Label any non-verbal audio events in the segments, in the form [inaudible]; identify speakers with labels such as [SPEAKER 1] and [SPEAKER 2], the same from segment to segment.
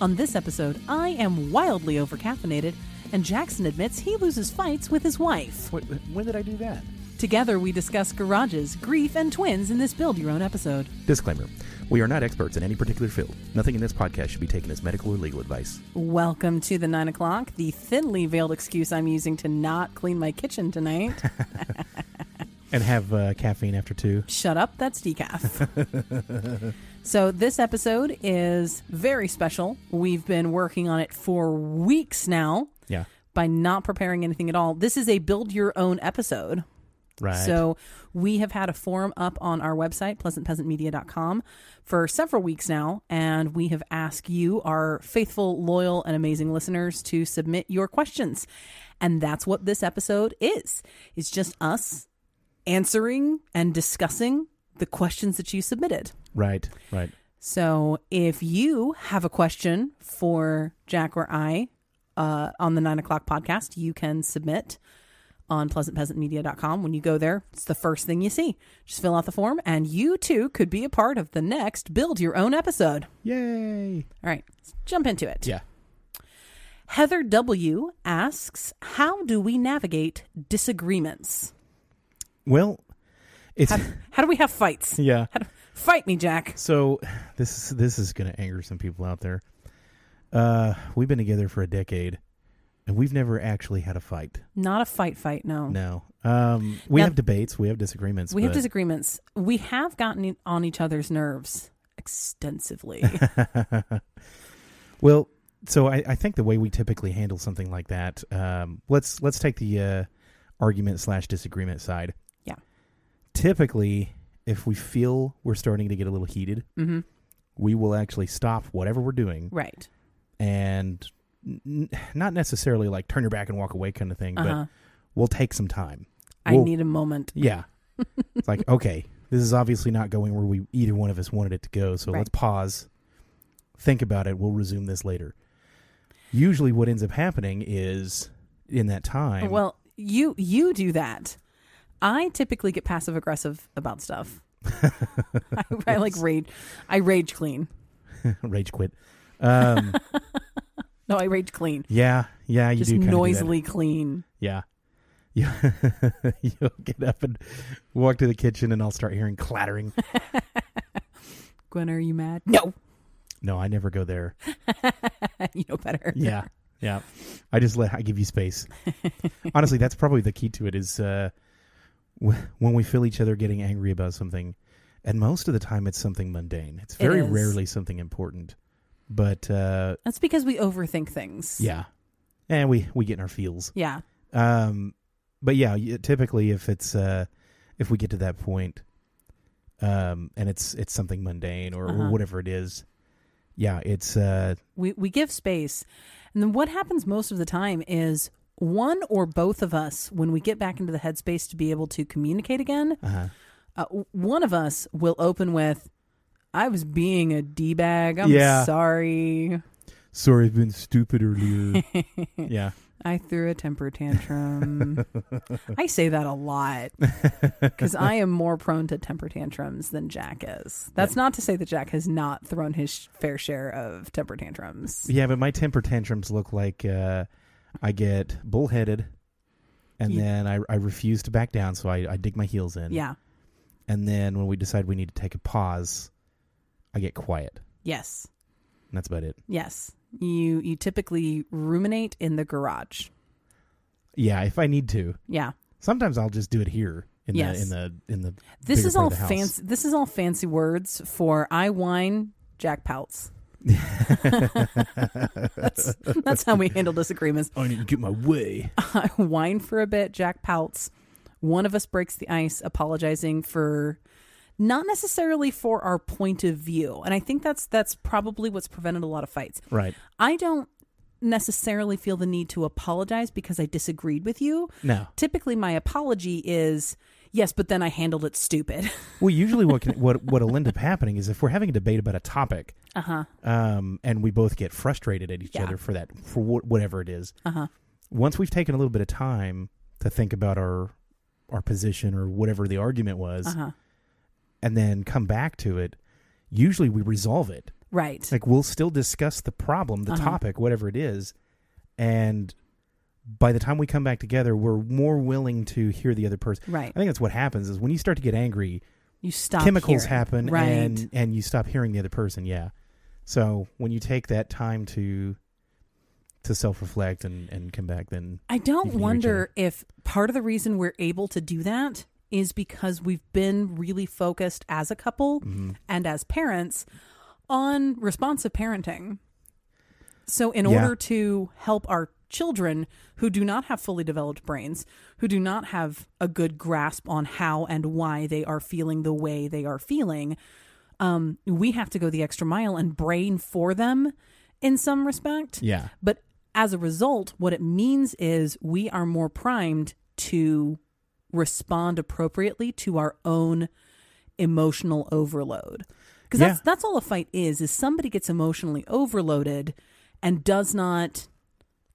[SPEAKER 1] On this episode, I am wildly overcaffeinated, and Jackson admits he loses fights with his wife.
[SPEAKER 2] Wait, when did I do that?
[SPEAKER 1] Together, we discuss garages, grief, and twins in this Build Your Own episode.
[SPEAKER 2] Disclaimer We are not experts in any particular field. Nothing in this podcast should be taken as medical or legal advice.
[SPEAKER 1] Welcome to the 9 o'clock, the thinly veiled excuse I'm using to not clean my kitchen [laughs] tonight.
[SPEAKER 3] and have uh, caffeine after two.
[SPEAKER 1] Shut up, that's decaf. [laughs] so, this episode is very special. We've been working on it for weeks now
[SPEAKER 3] Yeah,
[SPEAKER 1] by not preparing anything at all. This is a build your own episode.
[SPEAKER 3] right.
[SPEAKER 1] So we have had a forum up on our website, pleasantpeasantmedia.com, for several weeks now, and we have asked you, our faithful, loyal, and amazing listeners, to submit your questions. And that's what this episode is. It's just us answering and discussing the questions that you submitted.
[SPEAKER 3] right, right.
[SPEAKER 1] So if you have a question for Jack or I uh, on the nine o'clock podcast, you can submit on pleasantpeasantmedia.com. When you go there, it's the first thing you see. Just fill out the form, and you too could be a part of the next Build Your Own episode.
[SPEAKER 3] Yay!
[SPEAKER 1] All right, let's jump into it.
[SPEAKER 3] Yeah,
[SPEAKER 1] Heather W. asks, How do we navigate disagreements?
[SPEAKER 3] Well, it's
[SPEAKER 2] [laughs]
[SPEAKER 1] How do we have fights?
[SPEAKER 3] yeah.
[SPEAKER 1] How do, fight me, Jack.
[SPEAKER 3] [laughs] So this is this is going to anger some people out there. Uh, we've been together for a decade, and we've never actually had a fight.
[SPEAKER 1] Not a fight, fight, no.
[SPEAKER 3] No, um, we
[SPEAKER 1] Oh. Now-
[SPEAKER 3] have debates, we have disagreements.
[SPEAKER 1] We have
[SPEAKER 3] but-
[SPEAKER 1] disagreements. We have gotten in- on each other's nerves
[SPEAKER 3] [laughs]
[SPEAKER 1] extensively.
[SPEAKER 3] well, so I, I think the way we typically handle something like that, um, let's let's take the uh, argument slash disagreement side.
[SPEAKER 1] Yeah.
[SPEAKER 3] Typically, if we feel we're starting to get a little heated,
[SPEAKER 1] hmm
[SPEAKER 3] we will actually stop whatever we're doing
[SPEAKER 1] Right.
[SPEAKER 3] and n- not necessarily like turn your back and walk away kind of thing,
[SPEAKER 1] Uh-huh.
[SPEAKER 3] but we'll take some time.
[SPEAKER 1] I
[SPEAKER 3] we'll-
[SPEAKER 1] need a moment.
[SPEAKER 3] Yeah.
[SPEAKER 1] [laughs]
[SPEAKER 3] it's like, okay, this is obviously not going where we either one of us wanted it to go, so
[SPEAKER 1] Right.
[SPEAKER 3] let's pause, think about it, we'll resume this later. Usually what ends up happening is in that time
[SPEAKER 1] Well, you you do that. I typically get passive aggressive about stuff.
[SPEAKER 3] [laughs]
[SPEAKER 1] [laughs] I, I like rage. I rage clean.
[SPEAKER 3] [laughs] rage quit.
[SPEAKER 1] [laughs]
[SPEAKER 3] Um
[SPEAKER 1] No, I rage clean.
[SPEAKER 3] yeah, yeah, you
[SPEAKER 1] Just
[SPEAKER 3] do kinda do that.
[SPEAKER 1] noisily clean.
[SPEAKER 3] Yeah. Yeah. [laughs] You'll get up and walk to the kitchen and I'll start hearing
[SPEAKER 1] [laughs]
[SPEAKER 3] clattering.
[SPEAKER 1] Gwen, are you mad? No, [laughs]
[SPEAKER 3] No, I never go there.
[SPEAKER 1] you know better.
[SPEAKER 3] Yeah. Yeah. I just let I give
[SPEAKER 1] [laughs]
[SPEAKER 3] you space. Honestly, that's probably the key to it is uh wh- when we feel each other getting angry about something. And most of the time it's something mundane. It's
[SPEAKER 1] It
[SPEAKER 3] very
[SPEAKER 1] is.
[SPEAKER 3] rarely something important. But uh
[SPEAKER 1] That's because we overthink things.
[SPEAKER 3] yeah. And we we get in our feels.
[SPEAKER 1] Yeah.
[SPEAKER 3] Um, but yeah, y- typically if it's uh, if we get to that point, um, and it's it's something mundane or,
[SPEAKER 1] Uh-huh.
[SPEAKER 3] or whatever it is, yeah, it's uh,
[SPEAKER 1] we we give space and then what happens most of the time is one or both of us when we get back into the headspace to be able to communicate again
[SPEAKER 3] uh
[SPEAKER 1] uh, w- one of us will open with i was being a d-bag i'm
[SPEAKER 3] Yeah.
[SPEAKER 1] sorry
[SPEAKER 3] sorry, I've been stupid
[SPEAKER 1] [laughs]
[SPEAKER 3] earlier. yeah,
[SPEAKER 1] i threw a temper tantrum i say that a lot because i am more prone to temper tantrums than jack is that's not to say that jack has not thrown his sh- fair share of temper tantrums
[SPEAKER 3] yeah, but my temper tantrums look like uh, I get bullheaded. And
[SPEAKER 1] You-
[SPEAKER 3] then I, I refuse to back down, so I, I dig my heels in.
[SPEAKER 1] yeah
[SPEAKER 3] And then when we decide we need to take a pause, I get quiet.
[SPEAKER 1] yes
[SPEAKER 3] And that's about it.
[SPEAKER 1] Yes. You you typically ruminate in the garage.
[SPEAKER 3] Yeah, if I need to.
[SPEAKER 1] Yeah.
[SPEAKER 3] Sometimes I'll just do it here in
[SPEAKER 1] Yes.
[SPEAKER 3] the in the in the.
[SPEAKER 1] This
[SPEAKER 3] bigger
[SPEAKER 1] is
[SPEAKER 3] part
[SPEAKER 1] all
[SPEAKER 3] of the house.
[SPEAKER 1] fancy this is all fancy words for I whine, Jack pouts. that's, that's how we handle disagreements. [laughs]
[SPEAKER 3] I didn't get my way.
[SPEAKER 1] I whine for a bit, Jack pouts. One of us breaks the ice apologizing for not necessarily for our point of view. And I think that's that's probably what's prevented a lot of fights.
[SPEAKER 3] Right.
[SPEAKER 1] I don't necessarily feel the need to apologize because I disagreed with you.
[SPEAKER 3] No.
[SPEAKER 1] typically my apology is yes but then i handled it stupid
[SPEAKER 3] Well, usually what can, [laughs] what what'll end up happening is if we're having a debate about a topic,
[SPEAKER 1] uh-huh
[SPEAKER 3] um, and we both get frustrated at each
[SPEAKER 1] Yeah.
[SPEAKER 3] other for that for wh- whatever it is.
[SPEAKER 1] Uh-huh.
[SPEAKER 3] Once we've taken a little bit of time to think about our our position or whatever the argument was,
[SPEAKER 1] uh-huh
[SPEAKER 3] and then come back to it, usually we resolve it.
[SPEAKER 1] Right.
[SPEAKER 3] Like we'll still discuss the problem, the
[SPEAKER 1] Uh-huh.
[SPEAKER 3] topic, whatever it is, and by the time we come back together, we're more willing to hear the other person.
[SPEAKER 1] Right.
[SPEAKER 3] I think that's what happens is when you start to get angry,
[SPEAKER 1] You stop.
[SPEAKER 3] chemicals
[SPEAKER 1] hearing.
[SPEAKER 3] happen
[SPEAKER 1] Right.
[SPEAKER 3] and and you stop hearing the other person yeah so when you take that time to to self-reflect and and come back then
[SPEAKER 1] I
[SPEAKER 3] You
[SPEAKER 1] don't
[SPEAKER 3] can hear each
[SPEAKER 1] wonder if part of the reason we're able to do that is because we've been really focused as a couple and as parents on responsive parenting. So, in
[SPEAKER 3] Yeah.
[SPEAKER 1] order to help our children who do not have fully developed brains, who do not have a good grasp on how and why they are feeling the way they are feeling, um, we have to go the extra mile and brain for them in some respect.
[SPEAKER 3] yeah
[SPEAKER 1] But as a result, what it means is we are more primed to respond appropriately to our own emotional overload. Because that's
[SPEAKER 3] Yeah.
[SPEAKER 1] that's all a fight is, is somebody gets emotionally overloaded and does not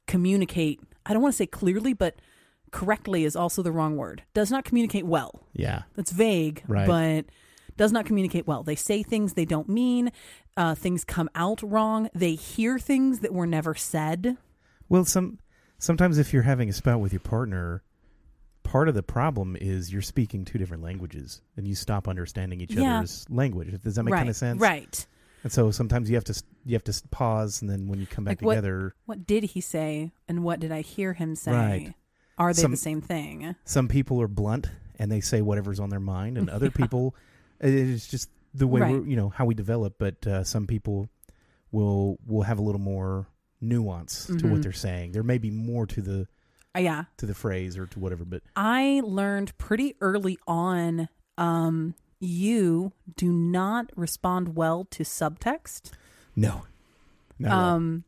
[SPEAKER 1] communicate I don't want to say clearly, but correctly is also the wrong word. Does not communicate well.
[SPEAKER 3] yeah
[SPEAKER 1] That's vague,
[SPEAKER 3] Right.
[SPEAKER 1] but does not communicate well. They say things they don't mean. Uh, things come out wrong. They hear things that were never said.
[SPEAKER 3] well some sometimes if you're having a spout with your partner part of the problem is you're speaking two different languages and you stop understanding each
[SPEAKER 1] Yeah.
[SPEAKER 3] other's language does that make
[SPEAKER 1] right.
[SPEAKER 3] kind of sense
[SPEAKER 1] Right.
[SPEAKER 3] and so sometimes you have to s- you have to s- pause and then when you come back
[SPEAKER 1] Like what-
[SPEAKER 3] together
[SPEAKER 1] What did he say, and what did I hear him say?
[SPEAKER 3] Right.
[SPEAKER 1] Are they
[SPEAKER 3] Some-
[SPEAKER 1] the same thing?
[SPEAKER 3] some people are blunt and they say whatever's on their mind and other
[SPEAKER 1] [laughs]
[SPEAKER 3] people it- it's just the way
[SPEAKER 1] Right.
[SPEAKER 3] we're, you know how we develop but uh, some people will will have a little more nuance to
[SPEAKER 1] Mhm.
[SPEAKER 3] what they're saying there may be more to the
[SPEAKER 1] Uh, yeah.
[SPEAKER 3] to the phrase or to whatever but
[SPEAKER 1] I learned pretty early on. Um, you do not respond well to subtext.
[SPEAKER 3] no no
[SPEAKER 1] um,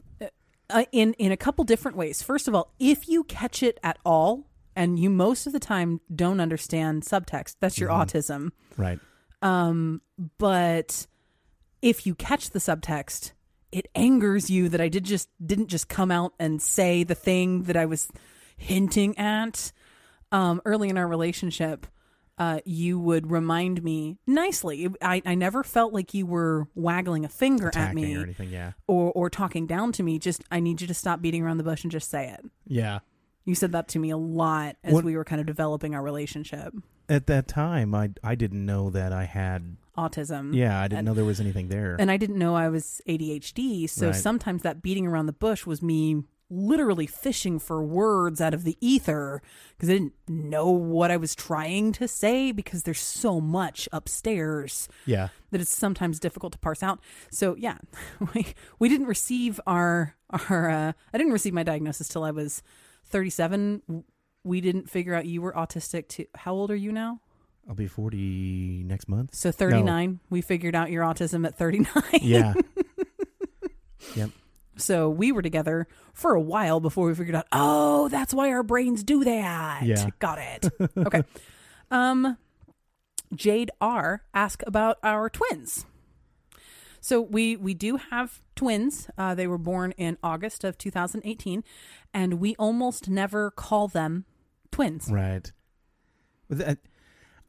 [SPEAKER 1] uh, in in a couple different ways. First of all, if you catch it at all, and you most of the time don't understand subtext, that's your
[SPEAKER 3] Mm-hmm.
[SPEAKER 1] autism.
[SPEAKER 3] right
[SPEAKER 1] Um, but if you catch the subtext, it angers you that I did just didn't just come out and say the thing that I was hinting at. Um, early in our relationship, uh, you would remind me nicely. I, I never felt like you were waggling a finger at
[SPEAKER 3] attacking
[SPEAKER 1] me
[SPEAKER 3] or anything yeah
[SPEAKER 1] or or talking down to me just i need you to stop beating around the bush and just say it
[SPEAKER 3] yeah
[SPEAKER 1] you said that to me a lot as
[SPEAKER 3] What-
[SPEAKER 1] we were kind of developing our relationship
[SPEAKER 3] at that time i i didn't know that i had
[SPEAKER 1] autism
[SPEAKER 3] yeah i didn't
[SPEAKER 1] And-
[SPEAKER 3] know there was anything there
[SPEAKER 1] and i didn't know i was adhd so
[SPEAKER 3] Right.
[SPEAKER 1] sometimes that beating around the bush was me literally fishing for words out of the ether because i didn't know what i was trying to say because there's so much upstairs
[SPEAKER 3] yeah
[SPEAKER 1] that it's sometimes difficult to parse out. So yeah, [laughs] we, we didn't receive our our uh, I didn't receive my diagnosis till I was 37. We didn't figure out you were autistic. To how old are you now?
[SPEAKER 3] i'll be 40 next month
[SPEAKER 1] So 39. We figured out your autism at 39. [laughs]
[SPEAKER 3] yeah
[SPEAKER 1] So we were together for a while before we figured out. Oh, that's why our brains do that.
[SPEAKER 3] Yeah.
[SPEAKER 1] [laughs] got it. okay. Um, Jade R. asked about our twins. So we we do have twins. Uh, they were born in August of 2018, and we almost never call them twins.
[SPEAKER 3] Right. That,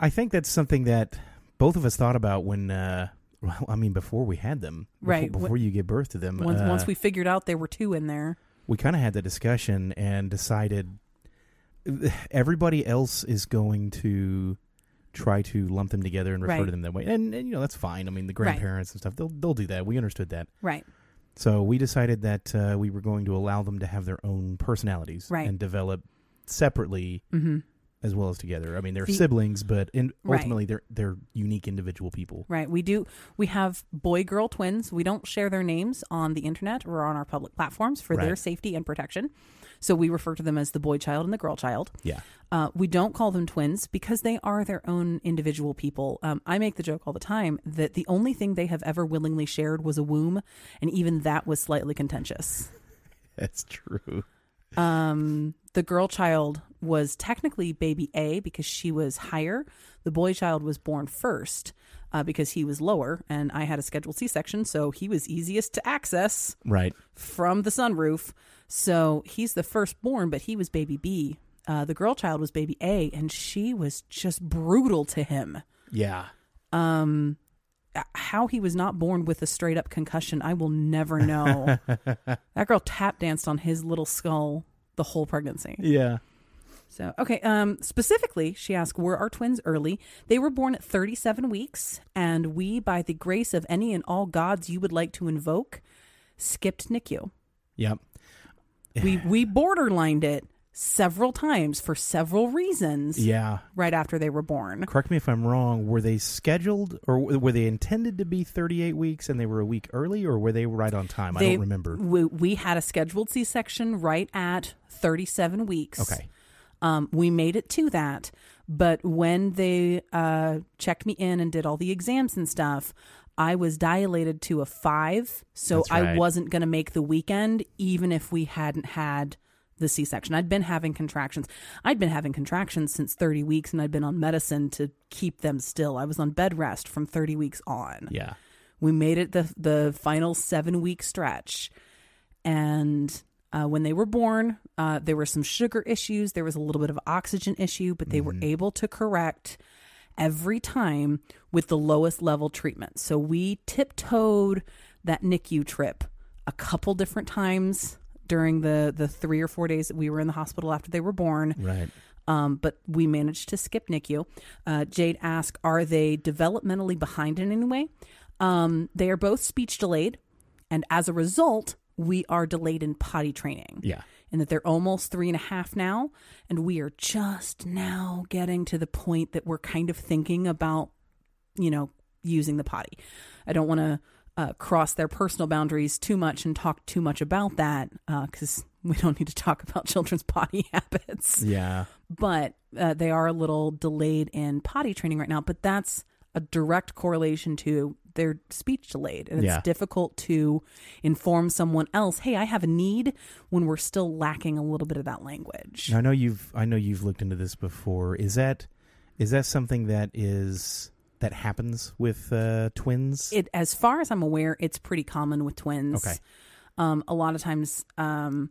[SPEAKER 3] I think that's something that both of us thought about when, uh, well, I mean, before we had them, before-
[SPEAKER 1] Right.
[SPEAKER 3] Before, you give birth to them,
[SPEAKER 1] Once,
[SPEAKER 3] uh,
[SPEAKER 1] once we figured out there were two in there,
[SPEAKER 3] we kind of had the discussion and decided everybody else is going to try to lump them together and refer
[SPEAKER 1] Right.
[SPEAKER 3] to them that way, and, and you know that's fine. I mean, the
[SPEAKER 1] Right.
[SPEAKER 3] grandparents and stuff they'll they'll do that. We understood that,
[SPEAKER 1] right?
[SPEAKER 3] so we decided that uh, we were going to allow them to have their own personalities
[SPEAKER 1] Right.
[SPEAKER 3] and develop separately
[SPEAKER 1] Mm-hmm.
[SPEAKER 3] as well as together. I mean, they're
[SPEAKER 1] The-
[SPEAKER 3] siblings, but in,
[SPEAKER 1] Right.
[SPEAKER 3] ultimately they're they're unique individual people.
[SPEAKER 1] Right. We do. We have boy girl twins. We don't share their names on the internet or on our public platforms for their
[SPEAKER 3] Right.
[SPEAKER 1] safety and protection. So we refer to them as the boy child and the girl child.
[SPEAKER 3] Yeah, [laughs]
[SPEAKER 1] Uh, we don't call them twins because they are their own individual people. Um, I make the joke all the time that the only thing they have ever willingly shared was a womb, and even that was slightly contentious.
[SPEAKER 3] that's true.
[SPEAKER 1] Um, the girl child was technically baby A because she was higher. The boy child was born first uh, because he was lower, and I had a scheduled C section, so he was easiest to access
[SPEAKER 3] Right.
[SPEAKER 1] from the sunroof. So he's the firstborn, but he was baby B. Uh, the girl child was baby A, and she was just brutal to him.
[SPEAKER 3] Yeah.
[SPEAKER 1] Uh, how he was not born with a straight up concussion, I will never know. that girl tap danced on his little skull the whole pregnancy.
[SPEAKER 3] Yeah.
[SPEAKER 1] So, okay, um specifically, she asked, "Were our twins early? They were born at 37 weeks, and we by the grace of any and all gods you would like to invoke, skipped NICU.
[SPEAKER 3] Yep.
[SPEAKER 1] We we borderlined it several times for several reasons
[SPEAKER 3] Yeah.
[SPEAKER 1] right after they were born.
[SPEAKER 3] Correct me if I'm wrong. Were they scheduled or w- were they intended to be 38 weeks and they were a week early or were they right on time? I
[SPEAKER 1] They-
[SPEAKER 3] don't remember.
[SPEAKER 1] We, we had a scheduled C section right at 37 weeks.
[SPEAKER 3] Okay.
[SPEAKER 1] Um, we made it to that. But when they uh, checked me in and did all the exams and stuff, I was dilated to a five. So
[SPEAKER 3] That's
[SPEAKER 1] I
[SPEAKER 3] right.
[SPEAKER 1] wasn't going to make the weekend, even if we hadn't had the C section. I'd been having contractions. I'd been having contractions since 30 weeks, and I'd been on medicine to keep them still. I was on bed rest from 30 weeks on
[SPEAKER 3] Yeah.
[SPEAKER 1] we made it the the final seven week stretch, and uh, when they were born, uh, there were some sugar issues. There was a little bit of oxygen issue, but they were able to correct every time with the lowest level treatment. So we tiptoed that NICU trip a couple different times during the the three or four days that we were in the hospital after they were born.
[SPEAKER 3] Right.
[SPEAKER 1] Um, but we managed to skip NICU. Uh, Jade asked, "Are they developmentally behind in any way?" Um, they are both speech delayed, and as a result, we are delayed in potty training.
[SPEAKER 3] Yeah.
[SPEAKER 1] In that they're almost three and a half now, and we are just now getting to the point that we're kind of thinking about, you know, using the potty. I don't want to uh, cross their personal boundaries too much and talk too much about that because we don't need to talk about [laughs] children's potty habits
[SPEAKER 3] Yeah.
[SPEAKER 1] but uh, they are a little delayed in potty training right now. But that's a direct correlation to their speech delayed, and it's
[SPEAKER 3] Yeah.
[SPEAKER 1] difficult to inform someone else, "Hey, I have a need," when we're still lacking a little bit of that language.
[SPEAKER 3] Now, I know you've I know you've looked into this before. Is that is that something that is that happens with uh, twins?
[SPEAKER 1] It, as far as I'm aware, it's pretty common with twins.
[SPEAKER 3] Okay.
[SPEAKER 1] um, a lot of times, um,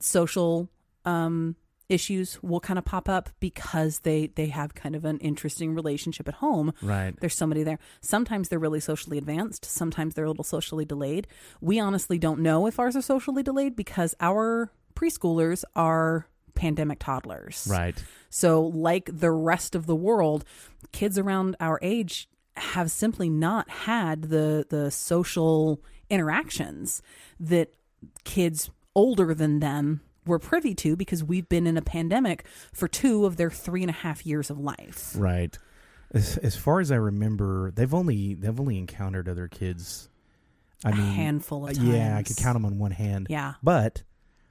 [SPEAKER 1] social um, issues will kind of pop up because they they have kind of an interesting relationship at home
[SPEAKER 3] right.
[SPEAKER 1] there's somebody there. Sometimes they're really socially advanced, sometimes they're a little socially delayed. We honestly don't know if ours are socially delayed because our preschoolers are pandemic toddlers.
[SPEAKER 3] Right.
[SPEAKER 1] So, like the rest of the world, kids around our age have simply not had the the social interactions that kids older than them were privy to because we've been in a pandemic for two of their three and a half years of life.
[SPEAKER 3] Right. As, as far as I remember, they've only they've only encountered other kids. I
[SPEAKER 1] a
[SPEAKER 3] mean,
[SPEAKER 1] handful of times.
[SPEAKER 3] yeah, I could count them on one hand.
[SPEAKER 1] Yeah.
[SPEAKER 3] But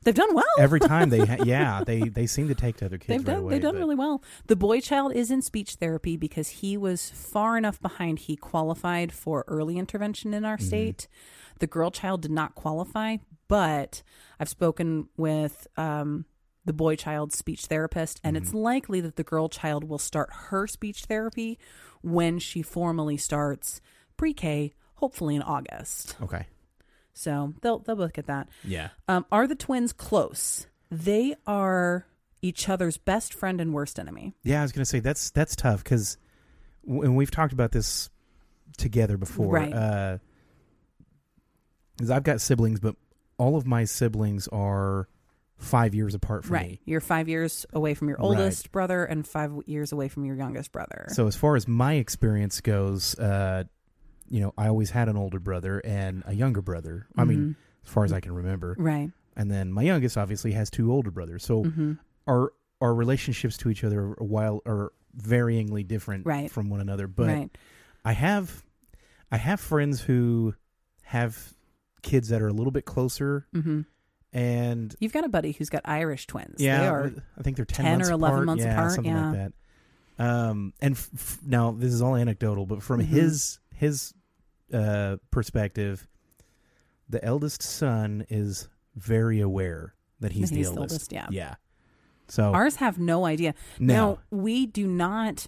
[SPEAKER 1] They've done well.
[SPEAKER 3] every time they, ha- yeah, they they seem to take to other kids.
[SPEAKER 1] They've
[SPEAKER 3] right
[SPEAKER 1] done,
[SPEAKER 3] away,
[SPEAKER 1] they've done
[SPEAKER 3] but-
[SPEAKER 1] really well. The boy child is in speech therapy because he was far enough behind. He qualified for early intervention in our
[SPEAKER 3] Mm-hmm.
[SPEAKER 1] state. The girl child did not qualify, but I've spoken with um, the boy child speech therapist, and
[SPEAKER 3] Mm-hmm.
[SPEAKER 1] it's likely that the girl child will start her speech therapy when she formally starts pre K, hopefully in August.
[SPEAKER 3] Okay.
[SPEAKER 1] So they'll, they'll both get that.
[SPEAKER 3] Yeah.
[SPEAKER 1] Um, are the twins close? They are each other's best friend and worst enemy.
[SPEAKER 3] Yeah, I was gonna say that's that's tough because, and we've talked about this together before.
[SPEAKER 1] Right.
[SPEAKER 3] Uh, because I've got siblings, but all of my siblings are five years apart from
[SPEAKER 1] right.
[SPEAKER 3] me.
[SPEAKER 1] You're five years away from your
[SPEAKER 3] Right.
[SPEAKER 1] oldest brother and five years away from your youngest brother.
[SPEAKER 3] So as far as my experience goes, uh, you know, I always had an older brother and a younger brother. I mean,
[SPEAKER 1] Mm-hmm.
[SPEAKER 3] as far as I can remember,
[SPEAKER 1] right. Mm-hmm.
[SPEAKER 3] and then my youngest obviously has two older brothers. So our our relationships to each other are while are varyingly different
[SPEAKER 1] Right.
[SPEAKER 3] from one another, but.
[SPEAKER 1] right.
[SPEAKER 3] I have I have friends who have kids that are a little bit closer
[SPEAKER 1] hmm
[SPEAKER 3] and
[SPEAKER 1] You've got a buddy who's got Irish twins.
[SPEAKER 3] yeah,
[SPEAKER 1] They are.
[SPEAKER 3] I think they're 10,
[SPEAKER 1] 10 or
[SPEAKER 3] months
[SPEAKER 1] 11
[SPEAKER 3] apart.
[SPEAKER 1] months
[SPEAKER 3] yeah,
[SPEAKER 1] apart,
[SPEAKER 3] something like that. Um and f- f- now this is all anecdotal, but from
[SPEAKER 1] Mhm.
[SPEAKER 3] his his uh perspective the eldest son is very aware that he's,
[SPEAKER 1] He's
[SPEAKER 3] the
[SPEAKER 1] the
[SPEAKER 3] eldest.
[SPEAKER 1] oldest, yeah.
[SPEAKER 3] Yeah. So
[SPEAKER 1] Ours have no idea.
[SPEAKER 3] no.
[SPEAKER 1] Now, we do not,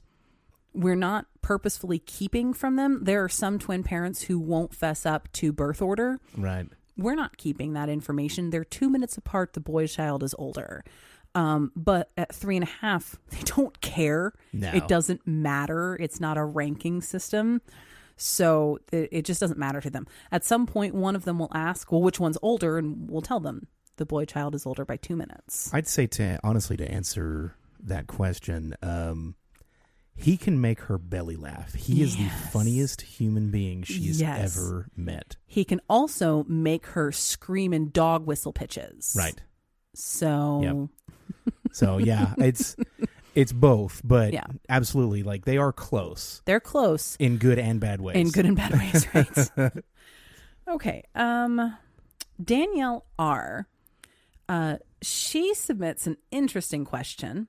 [SPEAKER 1] we're not purposefully keeping from them. There are some twin parents who won't fess up to birth order.
[SPEAKER 3] right.
[SPEAKER 1] we're not keeping that information. They're two minutes apart. The boy child is older. Um, but at three and a [laughs] half, they don't care.
[SPEAKER 3] No.
[SPEAKER 1] It doesn't matter. It's not a ranking system. So it, it just doesn't matter to them. At some point, one of them will ask, well, which one's older? And we'll tell them the boy child is older by two minutes.
[SPEAKER 3] I'd say to honestly to answer that question, um, he can make her belly laugh. He is the
[SPEAKER 1] Yes.
[SPEAKER 3] funniest human being she's
[SPEAKER 1] Yes.
[SPEAKER 3] ever met.
[SPEAKER 1] He can also make her scream in dog whistle pitches.
[SPEAKER 3] Right.
[SPEAKER 1] So
[SPEAKER 3] Yep. So yeah,
[SPEAKER 1] [laughs]
[SPEAKER 3] it's it's both, but
[SPEAKER 1] Yeah.
[SPEAKER 3] absolutely like they are close
[SPEAKER 1] they're close
[SPEAKER 3] in good and bad ways.
[SPEAKER 1] in good and bad ways, right?
[SPEAKER 3] [laughs]
[SPEAKER 1] okay. Um, Danielle R. Uh, she submits an interesting question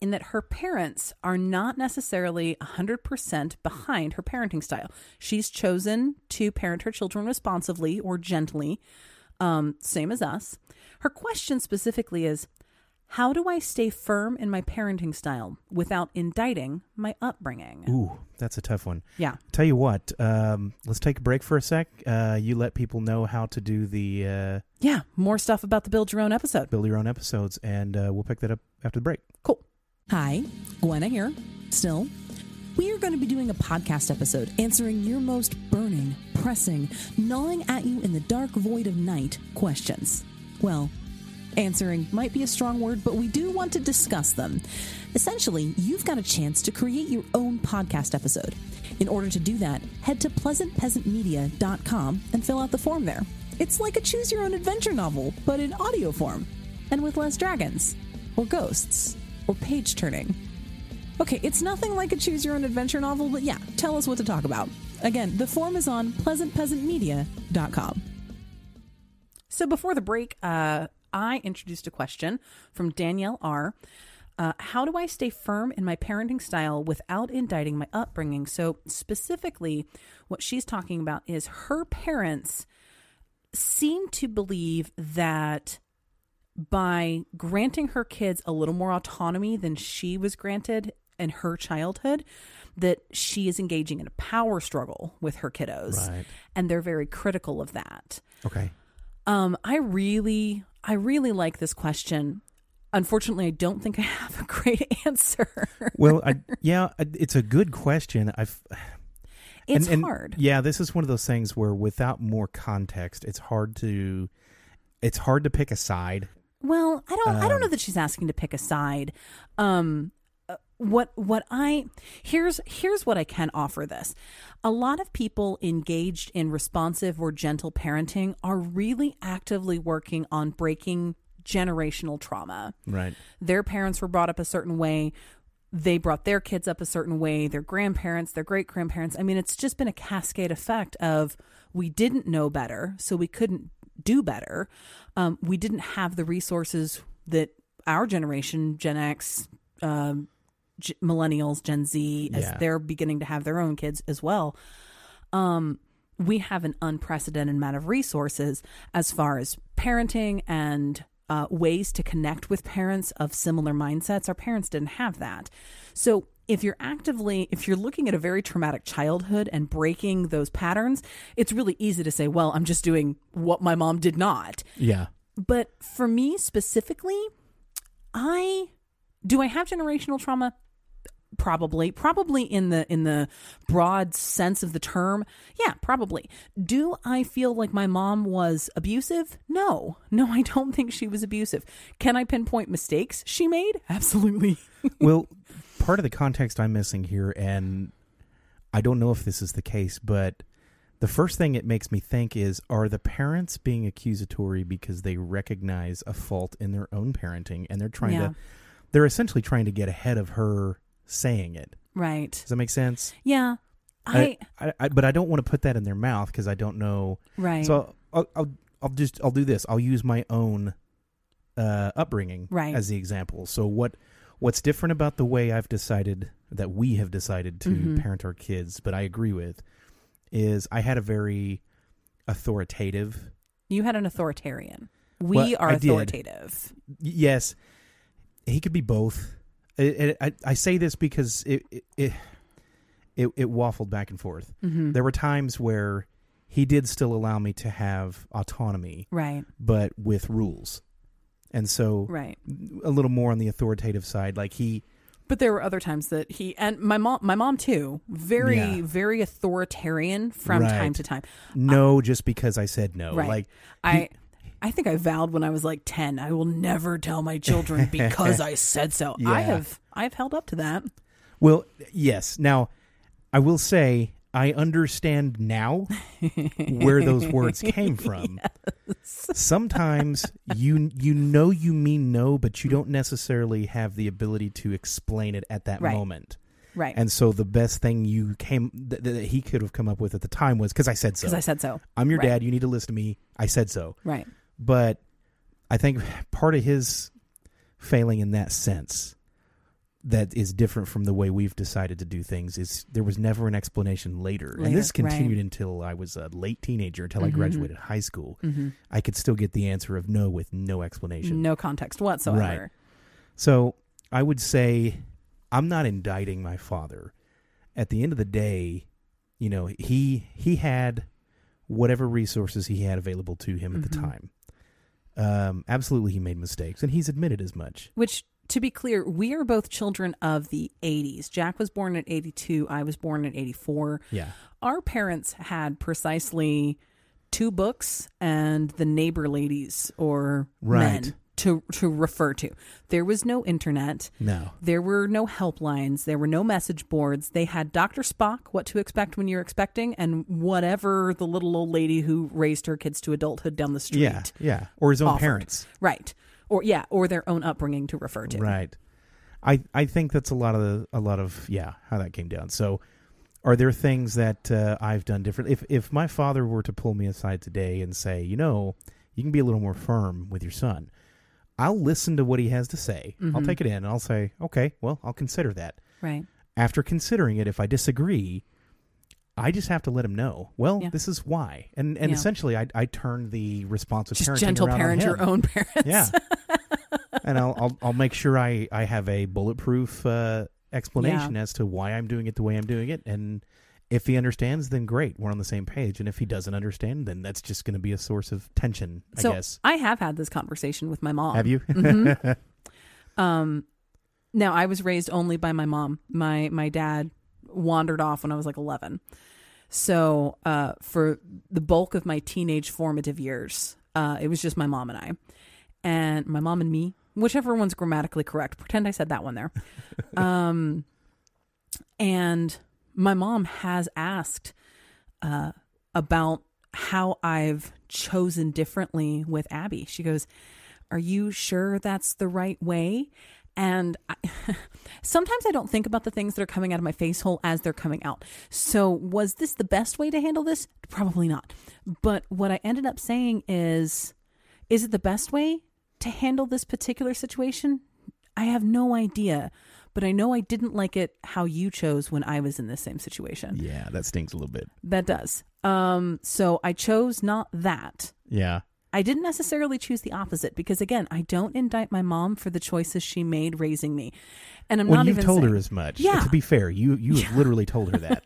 [SPEAKER 1] in that her parents are not necessarily 100% behind her parenting style. She's chosen to parent her children responsively or gently, um, same as us. Her question specifically is How do I stay firm in my parenting style without indicting my upbringing?
[SPEAKER 3] Ooh, that's a tough one.
[SPEAKER 1] Yeah.
[SPEAKER 3] Tell you what, um, let's take a break for a sec. Uh, you let people know how to do the uh,
[SPEAKER 1] Yeah, more stuff about the Build Your Own episode.
[SPEAKER 3] build your own episodes, and uh, we'll pick that up after the break.
[SPEAKER 1] Cool.
[SPEAKER 4] Hi, Gwenna here. Still, we are going to be doing a podcast episode answering your most burning, pressing, gnawing at you in the dark void of night questions. Well, answering might be a strong word, but we do want to discuss them. Essentially, you've got a chance to create your own podcast episode. In order to do that, head to pleasantpeasantmedia.com and fill out the form there. It's like a choose your own adventure novel, but in audio form and with less dragons or ghosts or page turning. Okay, it's nothing like a choose your own adventure novel, but yeah, tell us what to talk about. Again, the form is on pleasantpeasantmedia.com.
[SPEAKER 1] So before the break, uh, I introduced a question from Danielle R. Uh, how do I stay firm in my parenting style without indicting my upbringing? So, specifically, what she's talking about is her parents seem to believe that by granting her kids a little more autonomy than she was granted in her childhood, that she is engaging in a power struggle with her kiddos.
[SPEAKER 3] Right.
[SPEAKER 1] And they're very critical of that.
[SPEAKER 3] Okay.
[SPEAKER 1] Um, I really, I really like this question. Unfortunately, I don't think I have a great [laughs] answer.
[SPEAKER 3] Well, I, yeah, I- it's a good question. I've
[SPEAKER 1] It's
[SPEAKER 3] and- and,
[SPEAKER 1] hard.
[SPEAKER 3] Yeah, this is one of those things where without more context, it's hard to it's hard to pick a side.
[SPEAKER 1] Well, I don't, I
[SPEAKER 3] Um,
[SPEAKER 1] don't know that she's asking to pick a side. Um, uh, what, what I here's here's what I can offer this. A lot of people engaged in responsive or gentle parenting are really actively working on breaking generational trauma.
[SPEAKER 3] Right.
[SPEAKER 1] their parents were brought up a certain way they brought their kids up a certain way their grandparents their great grandparents i mean it's just been a cascade effect of we didn't know better so we couldn't do better um, we didn't have the resources that our generation gen x um, G- millennials gen z as
[SPEAKER 3] Yeah.
[SPEAKER 1] they're beginning to have their own kids as well Um, we have an unprecedented amount of resources as far as parenting and uh, ways to connect with parents of similar mindsets. Our parents didn't have that. So, if you're actively, if you're looking at a very traumatic childhood and breaking those patterns, it's really easy to say, well, I'm just doing what my mom did not.
[SPEAKER 3] Yeah. [laughs]
[SPEAKER 1] But for me specifically, I do I have generational trauma? Probably, probably in the in the broad sense of the term, yeah, probably. Do I feel like my mom was abusive? No, no, I don't think she was abusive. Can I pinpoint mistakes she made? Absolutely.
[SPEAKER 3] well, part of the context I'm missing here, and I don't know if this is the case, but the first thing it makes me think is are the parents being accusatory because they recognize a fault in their own parenting and they're trying
[SPEAKER 1] Yeah.
[SPEAKER 3] to, they're essentially trying to get ahead of her saying it.
[SPEAKER 1] Right.
[SPEAKER 3] Does that make sense?
[SPEAKER 1] Yeah. I,
[SPEAKER 3] I, I but I don't want to put that in their mouth because I don't know.
[SPEAKER 1] right.
[SPEAKER 3] So I'll, I'll, I'll just, I'll do this. I'll use my own uh, upbringing
[SPEAKER 1] Right.
[SPEAKER 3] as the example. So what, what's different about the way I've decided that we have decided to
[SPEAKER 1] Mhm.
[SPEAKER 3] parent our kids, but I agree with, is I had a very authoritative.
[SPEAKER 1] you had an authoritarian. We
[SPEAKER 3] Well,
[SPEAKER 1] are
[SPEAKER 3] I did.
[SPEAKER 1] authoritative.
[SPEAKER 3] y- Yes, he could be both. I, I, I say this because it, it, it, it, it waffled back and forth.
[SPEAKER 1] Mm-hmm.
[SPEAKER 3] There were times where he did still allow me to have autonomy,
[SPEAKER 1] Right.
[SPEAKER 3] but with rules. And so
[SPEAKER 1] Right.
[SPEAKER 3] a little more on the authoritative side. Like he
[SPEAKER 1] But there were other times that he and my mom, my mom too, very
[SPEAKER 3] Yeah.
[SPEAKER 1] very authoritarian from time
[SPEAKER 3] Right.
[SPEAKER 1] to time.
[SPEAKER 3] No, just because I said no.
[SPEAKER 1] Uh, Right.
[SPEAKER 3] Like
[SPEAKER 1] I I think I vowed when I was like 10, I will never tell my
[SPEAKER 3] [laughs]
[SPEAKER 1] children because I said so. I
[SPEAKER 3] Yeah.
[SPEAKER 1] have I've held up to that.
[SPEAKER 3] Well, yes. Now, I will say I understand
[SPEAKER 1] [laughs]
[SPEAKER 3] now where those words came from. Sometimes you you know you mean no, but you don't necessarily have the ability to explain it at that
[SPEAKER 1] Right.
[SPEAKER 3] moment.
[SPEAKER 1] Right.
[SPEAKER 3] And so the best thing you came that, that he could have come up with at the time was because I said so.
[SPEAKER 1] Cuz I said so.
[SPEAKER 3] I'm your
[SPEAKER 1] Right.
[SPEAKER 3] dad. You need to listen to me. I said so.
[SPEAKER 1] Right.
[SPEAKER 3] But I think part of his failing in that sense that is different from the way we've decided to do things is there was never an explanation later. and this
[SPEAKER 1] Later, right.
[SPEAKER 3] continued until I was a late teenager, until
[SPEAKER 1] Mhm.
[SPEAKER 3] I graduated high school. I could still get the answer of no with no explanation.
[SPEAKER 1] Mm-hmm. No context whatsoever.
[SPEAKER 3] So I would say I'm not indicting my father. At the end of the day, you know, he he had whatever resources he had available to him at the
[SPEAKER 1] Mhm.
[SPEAKER 3] time. Um, absolutely, he made mistakes, and he's admitted as much.
[SPEAKER 1] Which to be clear, we are both children of the 80s. Jack was born in 82, I was born in 84.
[SPEAKER 3] Yeah,
[SPEAKER 1] Our parents had precisely two books and the neighbor ladies or
[SPEAKER 3] Right.
[SPEAKER 1] men to to refer to. There was no internet.
[SPEAKER 3] no,
[SPEAKER 1] There were no helplines. There were no message boards. They had Dr. Spock, what to expect when you're expecting, and whatever the little old lady who raised her kids to adulthood down the street.
[SPEAKER 3] yeah, yeah, or his own
[SPEAKER 1] offered.
[SPEAKER 3] parents,
[SPEAKER 1] Right. Or, yeah, or their own upbringing to refer to.
[SPEAKER 3] right? I I think that's a lot of the, a lot of yeah how that came down. So, are there things that uh, I've done different? If if my father were to pull me aside today and say, you know, you can be a little more firm with your son, I'll listen to what he has to say. I'll
[SPEAKER 1] Mm-hmm.
[SPEAKER 3] take it in and I'll say, okay, well, I'll consider that.
[SPEAKER 1] Right.
[SPEAKER 3] After considering it, if I disagree, I just have to let him know. Well,
[SPEAKER 1] Yeah.
[SPEAKER 3] this is why, and and
[SPEAKER 1] Yeah.
[SPEAKER 3] essentially, I I turn the response of
[SPEAKER 1] Just
[SPEAKER 3] parenting
[SPEAKER 1] gentle
[SPEAKER 3] around on
[SPEAKER 1] parent your
[SPEAKER 3] him.
[SPEAKER 1] own [laughs] parents.
[SPEAKER 3] Yeah. and I'll, I'll I'll make sure I I have a bulletproof uh, explanation as to why I'm doing it the way I'm doing it, and if he understands, then great, we're on the same page. And if he doesn't understand, then that's just going to be a source of tension,
[SPEAKER 1] so
[SPEAKER 3] I guess.
[SPEAKER 1] have had this conversation with my mom.
[SPEAKER 3] have you? [laughs]
[SPEAKER 1] [laughs] Um, now I was raised only by my mom. My my dad wandered off when I was like eleven. So uh, for the bulk of my teenage formative years, uh, it was just my mom and I, and my mom and me, whichever one's grammatically correct. Pretend I said that one there. [laughs] um, and my mom has asked uh, about how I've chosen differently with Abby. She goes, Are you sure that's the right way? And I, [laughs] sometimes I don't think about the things that are coming out of my face hole as they're coming out. So, was this the best way to handle this? Probably not. But what I ended up saying is, Is it the best way to handle this particular situation? I have no idea, but I know I didn't like it how you chose when I was in this same situation.
[SPEAKER 3] yeah, that stings a little bit.
[SPEAKER 1] That does. Um, so I chose not that.
[SPEAKER 3] Yeah,
[SPEAKER 1] I didn't necessarily choose the opposite because, again, I don't indict my mom for the choices she made raising me, and I'm
[SPEAKER 3] well,
[SPEAKER 1] not
[SPEAKER 3] you
[SPEAKER 1] even
[SPEAKER 3] told
[SPEAKER 1] saying,
[SPEAKER 3] her as much.
[SPEAKER 1] Yeah.
[SPEAKER 3] to be fair, you you have literally told
[SPEAKER 1] [laughs]
[SPEAKER 3] her that.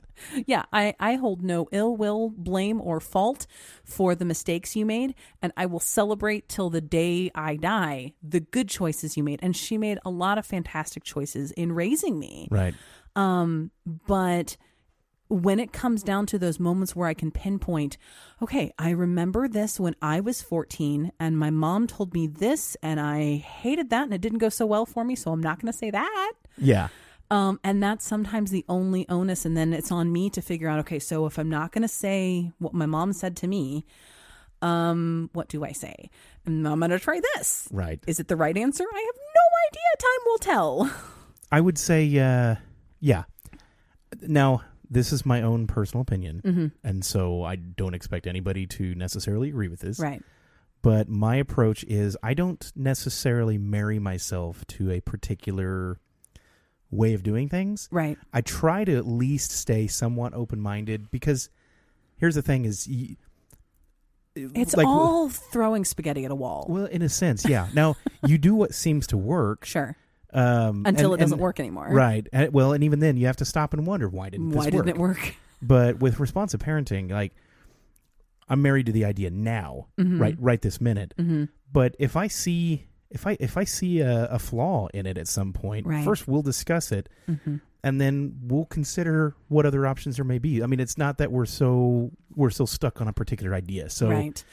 [SPEAKER 1] Yeah, I, I hold no ill will, blame, or fault for the mistakes you made, and I will celebrate till the day I die the good choices you made. And she made a lot of fantastic choices in raising me.
[SPEAKER 3] right.
[SPEAKER 1] Um, but when it comes down to those moments where I can pinpoint, okay, I remember this when I was 14 and my mom told me this and I hated that and it didn't go so well for me, so I'm not going to say that.
[SPEAKER 3] Yeah.
[SPEAKER 1] Um, and that's sometimes the only onus. And then it's on me to figure out, okay, so if I'm not going to say what my mom said to me, um, what do I say? And I'm going to try this.
[SPEAKER 3] Right.
[SPEAKER 1] Is it the right answer? I have no idea. Time will tell.
[SPEAKER 3] I would say, uh, yeah. Now, this is my own personal opinion, and so I don't expect anybody to necessarily agree with this.
[SPEAKER 1] Right.
[SPEAKER 3] but my approach is I don't necessarily marry myself to a particular way of doing things.
[SPEAKER 1] Right.
[SPEAKER 3] I try to at least stay somewhat open-minded because here's the thing is y-
[SPEAKER 1] It's
[SPEAKER 3] like,
[SPEAKER 1] all throwing spaghetti at a wall.
[SPEAKER 3] well in a sense, yeah. Now, you do what seems to work
[SPEAKER 1] sure.
[SPEAKER 3] um
[SPEAKER 1] Until
[SPEAKER 3] and-
[SPEAKER 1] it doesn't
[SPEAKER 3] and-
[SPEAKER 1] work anymore.
[SPEAKER 3] Right. And, well, and even then you have to stop and wonder why didn't
[SPEAKER 1] Why
[SPEAKER 3] this
[SPEAKER 1] didn't it work? [laughs]
[SPEAKER 3] but with responsive parenting like
[SPEAKER 1] Mm-hmm. Mm.
[SPEAKER 3] i'm married to the idea now right right this minute but if i see if I if I see a, a flaw in it at some point,
[SPEAKER 4] Right.
[SPEAKER 3] first we'll discuss it,
[SPEAKER 1] Mhm.
[SPEAKER 3] and then we'll consider what other options there may be. I mean, it's not that we're so we're so stuck on a particular idea. So
[SPEAKER 1] right.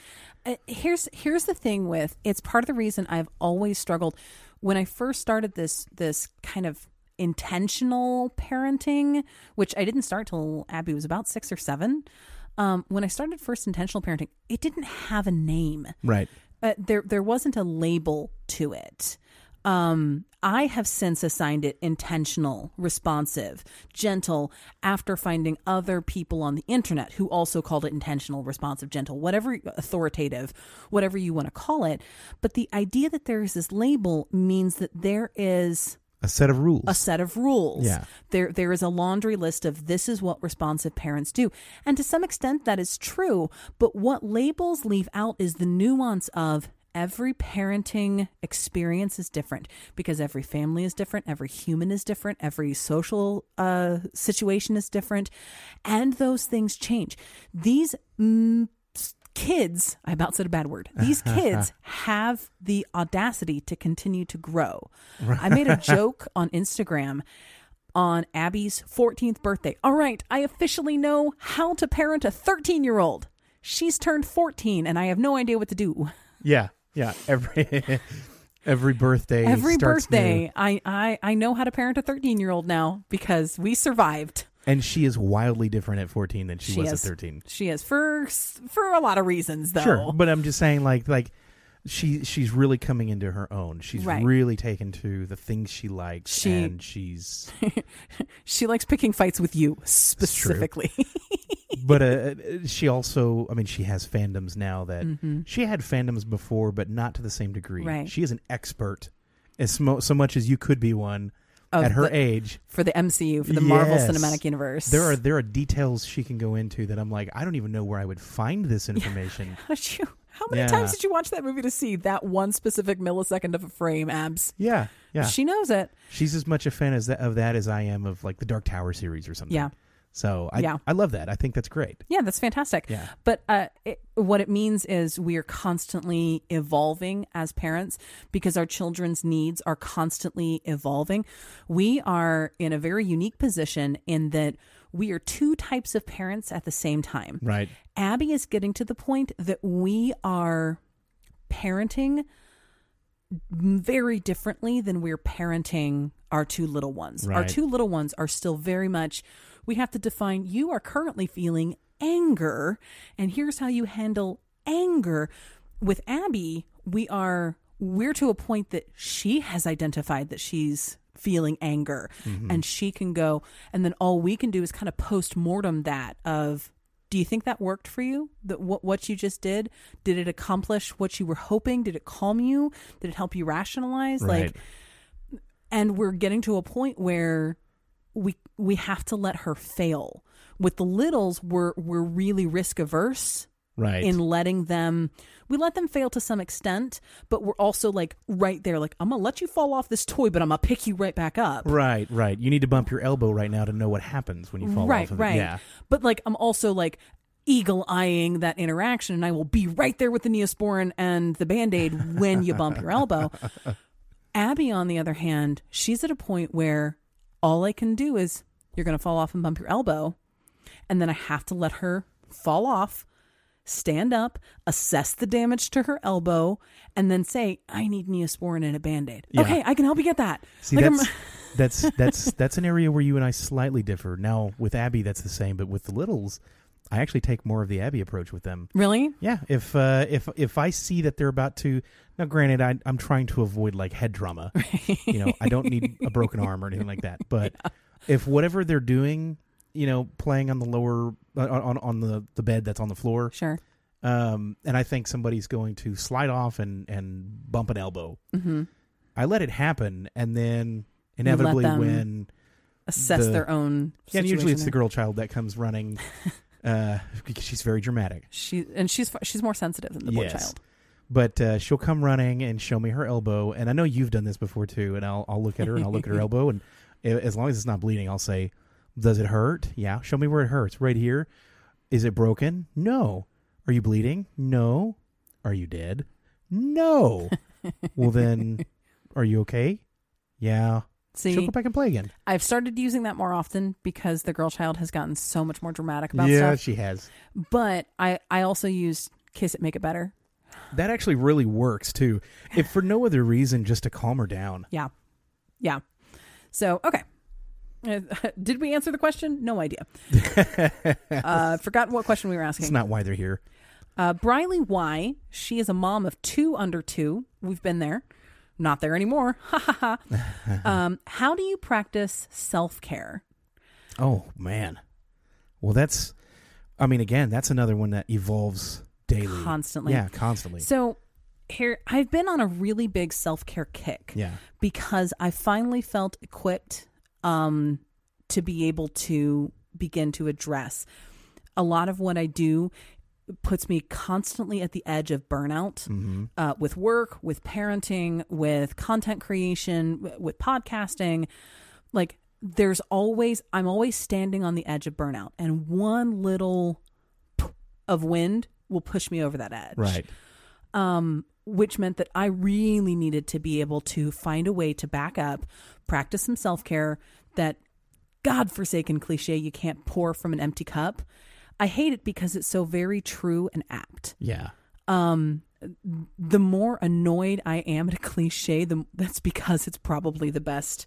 [SPEAKER 1] Uh, here's here's the thing with it's part of the reason I've always struggled when I first started this this kind of intentional parenting, which I didn't start till Abby was about six or seven. Um, when I started first intentional parenting, it didn't have a name.
[SPEAKER 3] right,
[SPEAKER 1] uh, there there wasn't a label to it. Um, I have since assigned it intentional, responsive, gentle after finding other people on the internet who also called it intentional, responsive, gentle, whatever authoritative, whatever you want to call it. But the idea that there is this label means that there is
[SPEAKER 3] a set of rules.
[SPEAKER 1] a set of rules.
[SPEAKER 3] Yeah.
[SPEAKER 1] There there is a laundry list of this is what responsive parents do. And to some extent that is true, but what labels leave out is the nuance of every parenting experience is different because every family is different, every human is different, every social uh, situation is different, and those things change. These mm, s- kids, I about said a bad word.
[SPEAKER 3] [laughs]
[SPEAKER 1] These kids have the audacity to continue to grow. I made a
[SPEAKER 3] [laughs]
[SPEAKER 1] joke on Instagram on Abby's 14th birthday. All right, I officially know how to parent a 13 year old. She's turned 14 and I have no idea what to do.
[SPEAKER 3] yeah, yeah. Every [laughs] every birthday,
[SPEAKER 1] Every
[SPEAKER 3] starts new.
[SPEAKER 1] birthday, I, I, I know how to parent a 13 year old now because we survived.
[SPEAKER 3] and she is wildly different at fourteen than she, was
[SPEAKER 1] is-
[SPEAKER 3] at thirteen.
[SPEAKER 1] She is for s- for a lot of reasons though.
[SPEAKER 3] Sure, but I'm just saying, like, like she she's really coming into her own. She's
[SPEAKER 1] Right.
[SPEAKER 3] really taken to the things she likes,
[SPEAKER 1] She- [laughs]
[SPEAKER 3] and she's.
[SPEAKER 1] She likes picking fights with you specifically. [laughs]
[SPEAKER 3] but uh, she also, I mean, she has fandoms now that she had fandoms before, but not to the same degree.
[SPEAKER 1] Mm-hmm. Right.
[SPEAKER 3] She is an expert, as mo- so much as you could be one
[SPEAKER 1] Of
[SPEAKER 3] at her
[SPEAKER 1] the-
[SPEAKER 3] age.
[SPEAKER 1] for the MCU, for the Marvel
[SPEAKER 3] Yes.
[SPEAKER 1] Cinematic Universe.
[SPEAKER 3] There are there are details she can go into that I'm like, I don't even know where I would find
[SPEAKER 1] [laughs]
[SPEAKER 3] this information.
[SPEAKER 1] [laughs] How did you- how many
[SPEAKER 3] Yeah.
[SPEAKER 1] times did you watch that movie to see that one specific millisecond of a frame, abs?
[SPEAKER 3] yeah, yeah. Mm-hmm.
[SPEAKER 1] She knows it.
[SPEAKER 3] She's as much a fan as that, of that as I am of like the Dark Tower series or something.
[SPEAKER 1] Yeah.
[SPEAKER 3] So I
[SPEAKER 1] Yeah.
[SPEAKER 3] I love that. I think that's great.
[SPEAKER 1] Yeah, that's fantastic. [sighs]
[SPEAKER 3] Yeah.
[SPEAKER 1] But uh, it, what it means is we are constantly evolving as parents because our children's needs are constantly evolving. We are in a very unique position in that we are two types of parents at the same time.
[SPEAKER 3] Right.
[SPEAKER 1] Abby is getting to the point that we are parenting very differently than we're parenting our two little ones. Our
[SPEAKER 3] Right.
[SPEAKER 1] two little ones are still very much, we have to define you are currently feeling anger, and here's how you handle anger. With Abby, we are, we're to a point that she has identified that she's feeling anger and she can go, and then all we can do is kind of post mortem that of, do you think that worked for you? That what what you just did? Did it accomplish what you were hoping? Did it calm you? Did it help you rationalize?
[SPEAKER 3] Right.
[SPEAKER 1] Like and we're getting to a point where we we have to let her fail. With the littles, we're we're really risk averse
[SPEAKER 3] Right.
[SPEAKER 1] in letting them we let them fail to some extent, but we're also like right there, like, I'm gonna let you fall off this toy, but I'm gonna pick you right back up.
[SPEAKER 3] Right, right. You need to bump your elbow right now to know what happens when you fall
[SPEAKER 1] right,
[SPEAKER 3] off of it.
[SPEAKER 1] right.
[SPEAKER 3] Yeah.
[SPEAKER 1] But like, I'm also like eagle eyeing that interaction, and I will be right there with the neosporin and the band aid when you bump your
[SPEAKER 3] [laughs]
[SPEAKER 1] elbow. Abby, on the other hand, she's at a point where all I can do is you're going to fall off and bump your elbow, and then I have to let her fall off. Stand up, assess the damage to her elbow, and then say, I need neosporin and a band aid.
[SPEAKER 3] Yeah.
[SPEAKER 1] Okay, I can help you get that.
[SPEAKER 3] See,
[SPEAKER 1] Like, I'm-
[SPEAKER 3] that's, that's that's that's an area where you and I slightly differ. Now with Abby, that's the same, but with the littles, I actually take more of the Abby approach with them.
[SPEAKER 1] [laughs] really?
[SPEAKER 3] Yeah, if uh, if if I see that they're about to now, granted, I, I'm trying to avoid like head trauma. you know, I don't need a broken arm or anything
[SPEAKER 1] [laughs]
[SPEAKER 3] like that. But if whatever they're doing, you know, playing on the lower uh, on on, on the, the bed that's on the floor,
[SPEAKER 1] Sure.
[SPEAKER 3] um, and I think somebody's going to slide off and and bump an elbow.
[SPEAKER 1] hmm
[SPEAKER 3] I let it happen, and then inevitably
[SPEAKER 1] them
[SPEAKER 3] when
[SPEAKER 1] Assess
[SPEAKER 3] The-
[SPEAKER 1] their own.
[SPEAKER 3] yeah, and
[SPEAKER 1] situation
[SPEAKER 3] usually it's the
[SPEAKER 1] there.
[SPEAKER 3] girl child that comes running
[SPEAKER 1] [laughs]
[SPEAKER 3] uh, because she's very dramatic.
[SPEAKER 1] She and she's fu- she's more sensitive than the boy
[SPEAKER 3] Yes.
[SPEAKER 1] child.
[SPEAKER 3] But uh, she'll come running and show me her elbow, and I know you've done this before too. And I'll I'll look at her and I'll look at
[SPEAKER 1] [laughs]
[SPEAKER 3] her elbow, and a- as long as it's not bleeding, I'll say, "Does it hurt? Yeah, show me where it hurts. Right here. Is
[SPEAKER 1] [laughs]
[SPEAKER 3] it broken? No. Are you bleeding? No. Are you dead? No. well, then, are you okay? Yeah. She'll
[SPEAKER 1] See,
[SPEAKER 3] go back and play again.
[SPEAKER 1] I've started using that more often because the girl child has gotten so much more dramatic about
[SPEAKER 3] yeah,
[SPEAKER 1] stuff.
[SPEAKER 3] she has.
[SPEAKER 1] But I, I also used kiss it, make it better.
[SPEAKER 3] That actually really works too. If for no other reason, just to calm her down.
[SPEAKER 1] Yeah. Yeah. So, okay. [laughs] Uh, Did we answer the question? No
[SPEAKER 3] [laughs]
[SPEAKER 1] idea. uh, forgot what question we were
[SPEAKER 3] That's
[SPEAKER 1] asking.
[SPEAKER 3] not why they're here.
[SPEAKER 1] Uh, Briley Y. She is a mom of two under two. We've been there. Not there anymore. [laughs] Ha ha ha. Um, how do you practice self care?
[SPEAKER 3] Oh man. Well, that's. I mean, again, that's another one that evolves daily,
[SPEAKER 1] Constantly.
[SPEAKER 3] Yeah, constantly.
[SPEAKER 1] So, here, I've been on a really big self care kick.
[SPEAKER 3] yeah.
[SPEAKER 1] because I finally felt equipped um, to be able to begin to address a lot of what I do puts me constantly at the edge of burnout
[SPEAKER 3] Mm-hmm.
[SPEAKER 1] uh, with work, with parenting, with content creation, w- with podcasting. Like, there's always, I'm always standing on the edge of burnout, and one little of wind will push me over that edge
[SPEAKER 3] Right.
[SPEAKER 1] um, which meant that I really needed to be able to find a way to back up, practice some self care. That godforsaken cliche, you can't pour from an empty cup. I hate it because it's so very true and apt.
[SPEAKER 3] Yeah.
[SPEAKER 1] The more annoyed I am at a cliche, the, that's because it's probably the best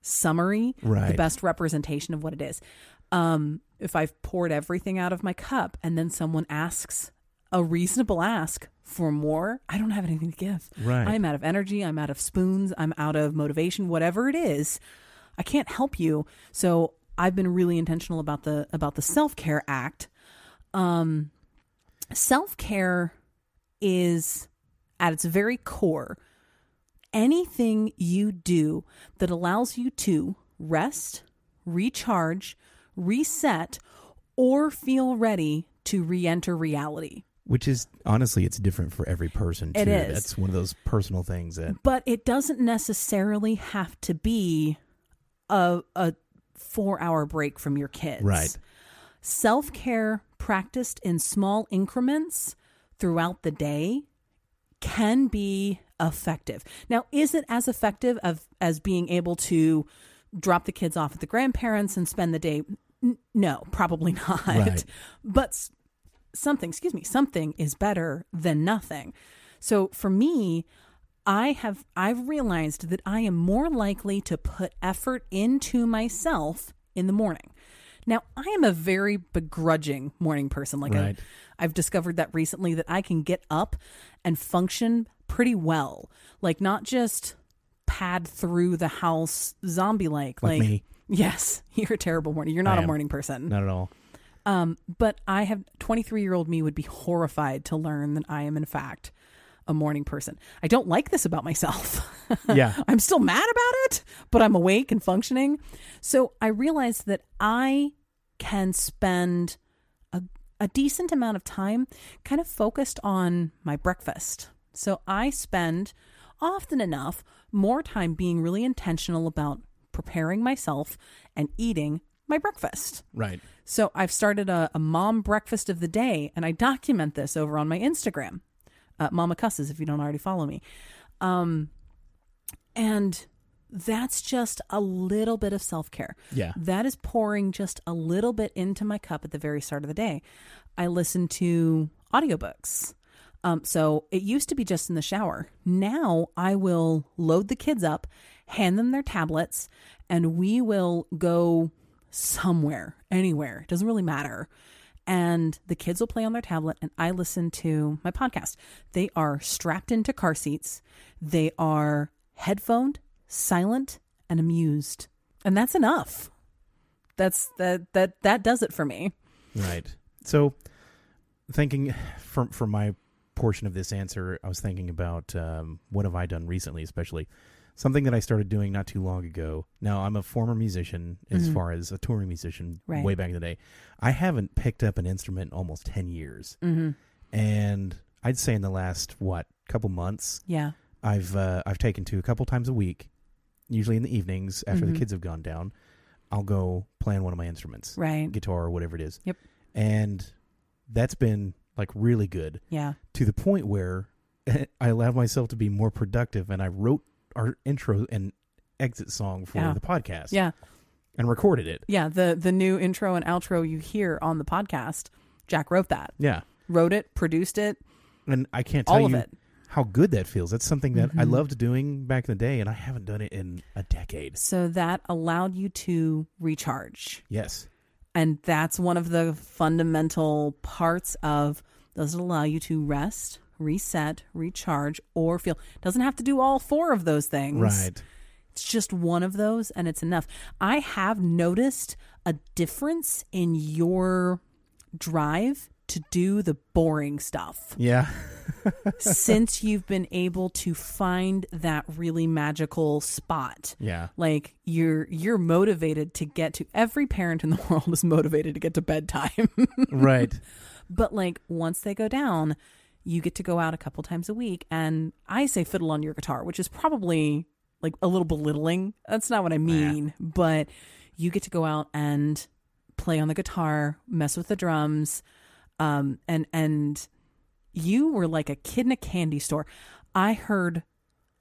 [SPEAKER 1] summary, the
[SPEAKER 3] Right.
[SPEAKER 1] best representation of what it is. Um, if I've poured everything out of my cup and then someone asks a reasonable ask for more, I don't have anything to give.
[SPEAKER 3] Right.
[SPEAKER 1] I'm out of energy, I'm out of spoons, I'm out of motivation, whatever it is. I can't help you. So I've been really intentional about the about the self-care act. Um self-care is at its very core anything you do that allows you to rest, recharge, reset, or feel ready to re enter reality.
[SPEAKER 3] Which is honestly, it's different for every person. Too.
[SPEAKER 1] It is.
[SPEAKER 3] That's one of those personal things that.
[SPEAKER 1] But it doesn't necessarily have to be a, a four hour break from your kids.
[SPEAKER 3] Right.
[SPEAKER 1] Self care practiced in small increments throughout the day can be effective. Now, is it as effective of, as being able to drop the kids off at the grandparents and spend the day? N- no, probably [laughs] not.
[SPEAKER 3] Right.
[SPEAKER 1] But s- something, excuse me, something is better than nothing. So for me, I have I've realized that I am more likely to put effort into myself in the morning. Now, I am a very begrudging morning person. Like
[SPEAKER 3] Right.
[SPEAKER 1] I, I've discovered that recently that I can get up and function pretty well. Like not just pad through the house zombie like.
[SPEAKER 3] Like
[SPEAKER 1] [laughs]
[SPEAKER 3] me.
[SPEAKER 1] Yes, you're a terrible morning. You're
[SPEAKER 3] I
[SPEAKER 1] not a
[SPEAKER 3] am.
[SPEAKER 1] morning person.
[SPEAKER 3] Not at all.
[SPEAKER 1] But I have 23 year old me would be horrified to learn that I am, in fact, a morning person. I don't like this about myself. [laughs]
[SPEAKER 3] Yeah.
[SPEAKER 1] I'm still mad about it, but I'm awake and functioning. So I realized that I can spend a, a decent amount of time kind of focused on my breakfast. So I spend often enough more time being really intentional about preparing myself and eating my breakfast.
[SPEAKER 3] Right.
[SPEAKER 1] So I've started a, a mom breakfast of the day, and I document this over on my Instagram, uh, Mama Cusses, if you don't already follow me. Um, and that's just a little bit of self care.
[SPEAKER 3] Yeah.
[SPEAKER 1] That is pouring just a little bit into my cup at the very start of the day. I listen to audiobooks. Um, so it used to be just in the shower. Now I will load the kids up, hand them their tablets, and we will go somewhere, anywhere. It doesn't really matter. And the kids will play on their tablet, and I listen to my podcast. They are strapped into car seats, they are headphoned, silent, and amused. And that's enough. That's that that that does it for me.
[SPEAKER 3] Right. So, thinking from from my portion of this answer, I was thinking about um, what have I done recently, especially something that I started doing not too long ago. Now, I'm a former musician, as
[SPEAKER 1] Mhm.
[SPEAKER 3] far as a touring musician,
[SPEAKER 1] Right.
[SPEAKER 3] way back in the day. I haven't picked up an instrument in almost ten years,
[SPEAKER 1] Mm-hmm.
[SPEAKER 3] and I'd say in the last what couple months,
[SPEAKER 1] Yeah.
[SPEAKER 3] I've uh, I've taken to a couple times a week, usually in the evenings after
[SPEAKER 1] Mhm.
[SPEAKER 3] the kids have gone down. I'll go play on one of my instruments
[SPEAKER 1] Right.
[SPEAKER 3] guitar or whatever it is.
[SPEAKER 1] Yep.
[SPEAKER 3] And that's been like really good
[SPEAKER 1] Yeah.
[SPEAKER 3] to the point where [laughs] I allowed myself to be more productive and I wrote our intro and exit song for
[SPEAKER 1] Yeah.
[SPEAKER 3] the podcast
[SPEAKER 1] Yeah.
[SPEAKER 3] and recorded it.
[SPEAKER 1] Yeah. The the new intro and outro you hear on the podcast, Jack wrote that.
[SPEAKER 3] Yeah.
[SPEAKER 1] Wrote it, produced it,
[SPEAKER 3] And I can't tell
[SPEAKER 1] all of
[SPEAKER 3] you
[SPEAKER 1] it. Mm-hmm.
[SPEAKER 3] how good that feels. That's something that I loved doing back in the day and I haven't done it in a decade.
[SPEAKER 1] So that allowed you to recharge.
[SPEAKER 3] Yes.
[SPEAKER 1] And that's one of the fundamental parts of does it allow you to rest, reset, recharge, or feel doesn't have to do all four of those things.
[SPEAKER 3] Right.
[SPEAKER 1] It's just one of those and it's enough. I have noticed a difference in your drive to do the boring stuff
[SPEAKER 3] Yeah.
[SPEAKER 1] since you've been able to find that really magical spot. [laughs]
[SPEAKER 3] Yeah.
[SPEAKER 1] Like you're you're motivated to get to every parent in the [laughs] world is motivated to get to bedtime.
[SPEAKER 3] right.
[SPEAKER 1] but like once they go down, you get to go out a couple times a week and I say fiddle on your guitar, which is probably like a little belittling. That's not what I mean, but you get to go out and play on the guitar, mess with the drums, um and and you were like a kid in a candy store. I heard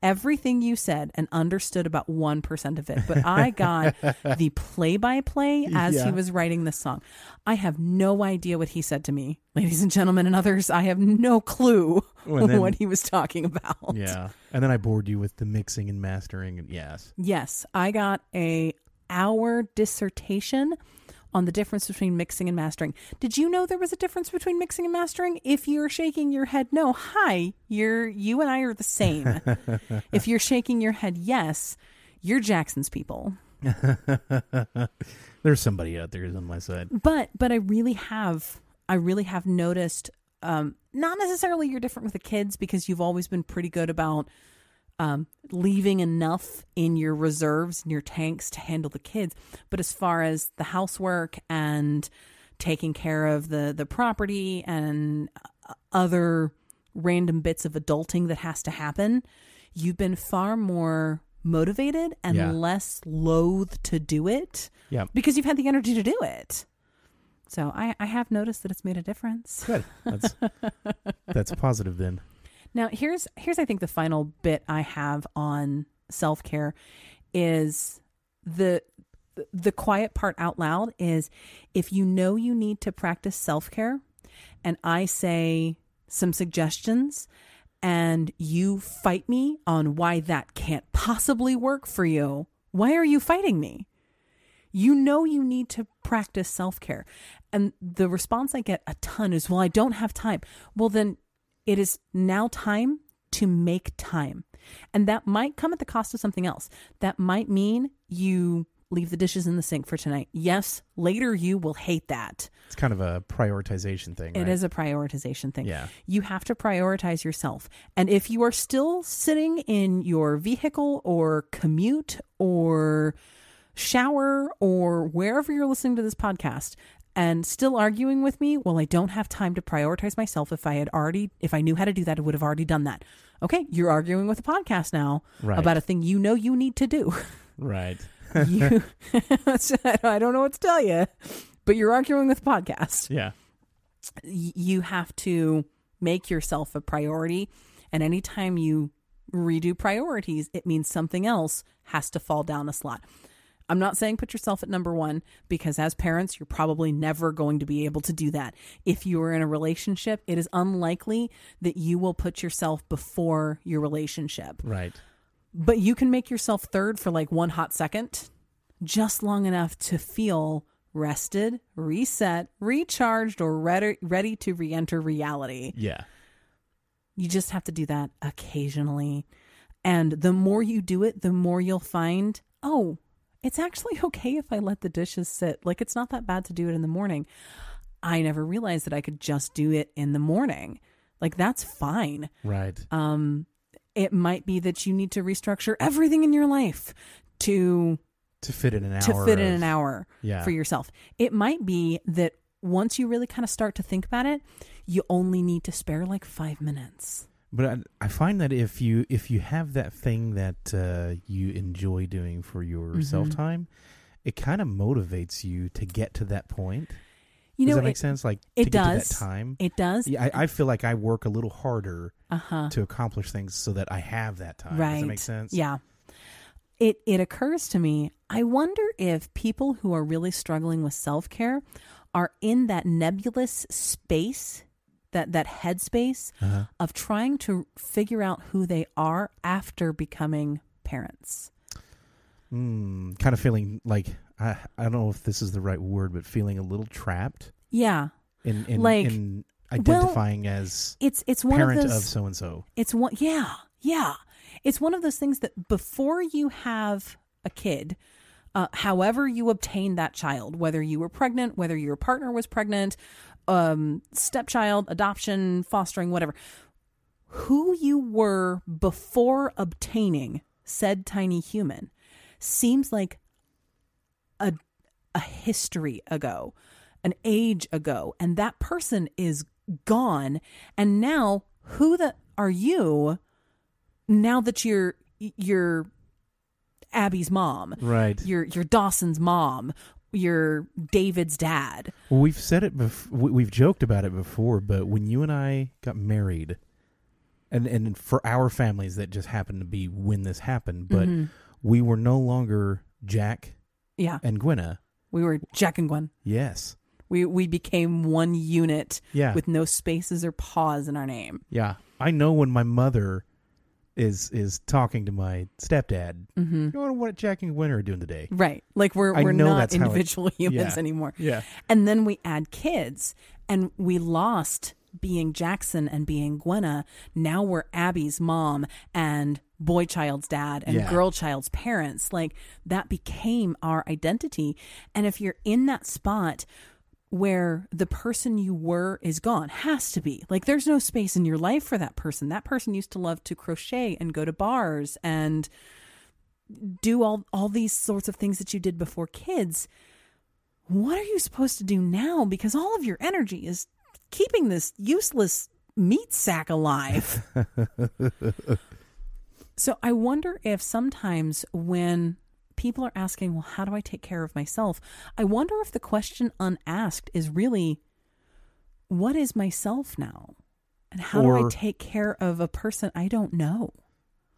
[SPEAKER 1] everything you said and understood about 1% of it, but I got the play by play as
[SPEAKER 3] Yeah.
[SPEAKER 1] he was writing this song. I have no idea what he said to me. Ladies and gentlemen and others, I have no clue
[SPEAKER 3] Well,
[SPEAKER 1] [laughs]
[SPEAKER 3] then-
[SPEAKER 1] what he was talking about.
[SPEAKER 3] Yeah. And then I bored you with the mixing and mastering and yes.
[SPEAKER 1] Yes, I got a hour dissertation on the difference between mixing and mastering. Did you know there was a difference between mixing and mastering? If you're shaking your head no, hi, you're you and I are the
[SPEAKER 3] [laughs]
[SPEAKER 1] same. if you're shaking your head yes, you're Jackson's people.
[SPEAKER 3] There's somebody out there who's on my side.
[SPEAKER 1] But but I really have I really have noticed um not necessarily you're different with the kids because you've always been pretty good about um leaving enough in your reserves and your tanks to handle the kids. But as far as the housework and taking care of the the property and uh, other random bits of adulting that has to happen, you've been far more motivated and
[SPEAKER 3] Yeah.
[SPEAKER 1] less loath to do it
[SPEAKER 3] Yeah.
[SPEAKER 1] because you've had the energy to do it. So I, I have noticed that it's made a difference.
[SPEAKER 3] Good.
[SPEAKER 1] [laughs]
[SPEAKER 3] That's that's positive then.
[SPEAKER 1] Now here's here's I think the final bit I have on self care is the the quiet part out loud is if you know you need to practice self care, and I say some suggestions, and you fight me on why that can't possibly work for you. Why are you fighting me? you know you need to practice self care. And the response I get a ton is, well, I don't have time. Well, then it is now time to make time. And that might come at the cost of something else. That might mean you leave the dishes in the sink for tonight. Yes, later you will hate that.
[SPEAKER 3] It's kind of a prioritization thing.
[SPEAKER 1] It
[SPEAKER 3] right?
[SPEAKER 1] is a prioritization thing.
[SPEAKER 3] Yeah.
[SPEAKER 1] You have to prioritize yourself. And if you are still sitting in your vehicle or commute or shower or wherever you're listening to this podcast and still arguing with me, well, I don't have time to prioritize myself. If I had already, if I knew how to do that, I would have already done that. Okay. You're arguing with a podcast now
[SPEAKER 3] Right.
[SPEAKER 1] about a thing you know you need to do. [laughs]
[SPEAKER 3] Right.
[SPEAKER 1] you, [laughs] I don't know what to tell you, but you're arguing with a podcast
[SPEAKER 3] Yeah.
[SPEAKER 1] y- you have to make yourself a priority. And anytime you redo priorities, it means something else has to fall down a slot. I'm not saying put yourself at number one because as parents, you're probably never going to be able to do that. If you are in a relationship, it is unlikely that you will put yourself before your relationship.
[SPEAKER 3] Right.
[SPEAKER 1] But you can make yourself third for like one hot second, just long enough to feel rested, reset, recharged, or ready, ready to re enter reality.
[SPEAKER 3] Yeah.
[SPEAKER 1] You just have to do that occasionally. And the more you do it, the more you'll find, oh, it's actually okay if I let the dishes sit. Like, it's not that bad to do it in the morning. I never realized that I could just do it in the morning. Like, that's fine
[SPEAKER 3] Right.
[SPEAKER 1] um, it might be that you need to restructure everything in your life to
[SPEAKER 3] to fit in an hour.
[SPEAKER 1] to fit in
[SPEAKER 3] of-
[SPEAKER 1] an hour
[SPEAKER 3] Yeah.
[SPEAKER 1] for yourself. It might be that once you really kind of start to think about it, you only need to spare like five minutes.
[SPEAKER 3] But I, I find that if you if you have that thing that uh, you enjoy doing
[SPEAKER 1] Mm-hmm.
[SPEAKER 3] for your self time, it kind of motivates you to get to that point.
[SPEAKER 1] You know,
[SPEAKER 3] does that make
[SPEAKER 1] it,
[SPEAKER 3] sense? Like
[SPEAKER 1] it
[SPEAKER 3] to get
[SPEAKER 1] does.
[SPEAKER 3] to that time.
[SPEAKER 1] It does.
[SPEAKER 3] Yeah, I, I feel like I work a little harder
[SPEAKER 1] Uh huh.
[SPEAKER 3] to accomplish things so that I have that time.
[SPEAKER 1] Right.
[SPEAKER 3] Does that make sense?
[SPEAKER 1] Yeah. It it occurs to me, I wonder if people who are really struggling with self-care are in that nebulous space, that that headspace
[SPEAKER 3] Uh-huh.
[SPEAKER 1] of trying to figure out who they are after becoming parents.
[SPEAKER 3] Mm, kind of feeling like I, I don't know if this is the right word, but feeling a little trapped
[SPEAKER 1] Yeah.
[SPEAKER 3] in in,
[SPEAKER 1] Like,
[SPEAKER 3] in identifying as
[SPEAKER 1] It's it's one
[SPEAKER 3] parent
[SPEAKER 1] of
[SPEAKER 3] of
[SPEAKER 1] those
[SPEAKER 3] so and so.
[SPEAKER 1] It's one, yeah, yeah. It's one of those things that before you have a kid, uh, however you obtain that child, whether you were pregnant, whether your partner was pregnant, um, stepchild, adoption, fostering, whatever, who you were before obtaining said tiny human seems like a a history ago, an age ago, and that person is gone. And now, who the are you? Now that you're you're Abby's mom,
[SPEAKER 3] Right.
[SPEAKER 1] you're you're Dawson's mom, you're David's dad.
[SPEAKER 3] Well, we've said it before. We've joked about it before, but when you and I got married, and and for our families, that just happened to be when this happened. But
[SPEAKER 1] Mm-hmm.
[SPEAKER 3] we were no longer Jack
[SPEAKER 1] Yeah,
[SPEAKER 3] and Gwenna.
[SPEAKER 1] we were Jack and Gwen.
[SPEAKER 3] Yes.
[SPEAKER 1] We we became one unit
[SPEAKER 3] Yeah.
[SPEAKER 1] with no spaces or pause in our name.
[SPEAKER 3] yeah. I know when my mother is is talking to my stepdad. Mm-hmm. You wonder what Jack and Gwenna are doing today.
[SPEAKER 1] Right. Like we're
[SPEAKER 3] I
[SPEAKER 1] we're
[SPEAKER 3] know
[SPEAKER 1] not
[SPEAKER 3] that's how it-
[SPEAKER 1] individual [laughs] humans
[SPEAKER 3] Yeah.
[SPEAKER 1] anymore.
[SPEAKER 3] Yeah.
[SPEAKER 1] And then we add kids and we lost being Jackson and being Gwenna. Now we're Abby's mom and boy child's dad and
[SPEAKER 3] Yeah.
[SPEAKER 1] girl child's parents. Like that became our identity. And if you're in that spot where the person you were is gone, has to be. Like there's no space in your life for that person. That person used to love to crochet and go to bars and do all all these sorts of things that you did before kids what are you supposed to do now because all of your energy is keeping this useless meat sack
[SPEAKER 3] [laughs]
[SPEAKER 1] alive so i wonder if sometimes when people are asking well how do i take care of myself i wonder if the question unasked is really what is myself now and how do i
[SPEAKER 3] Or-
[SPEAKER 1] take care of a person i don't know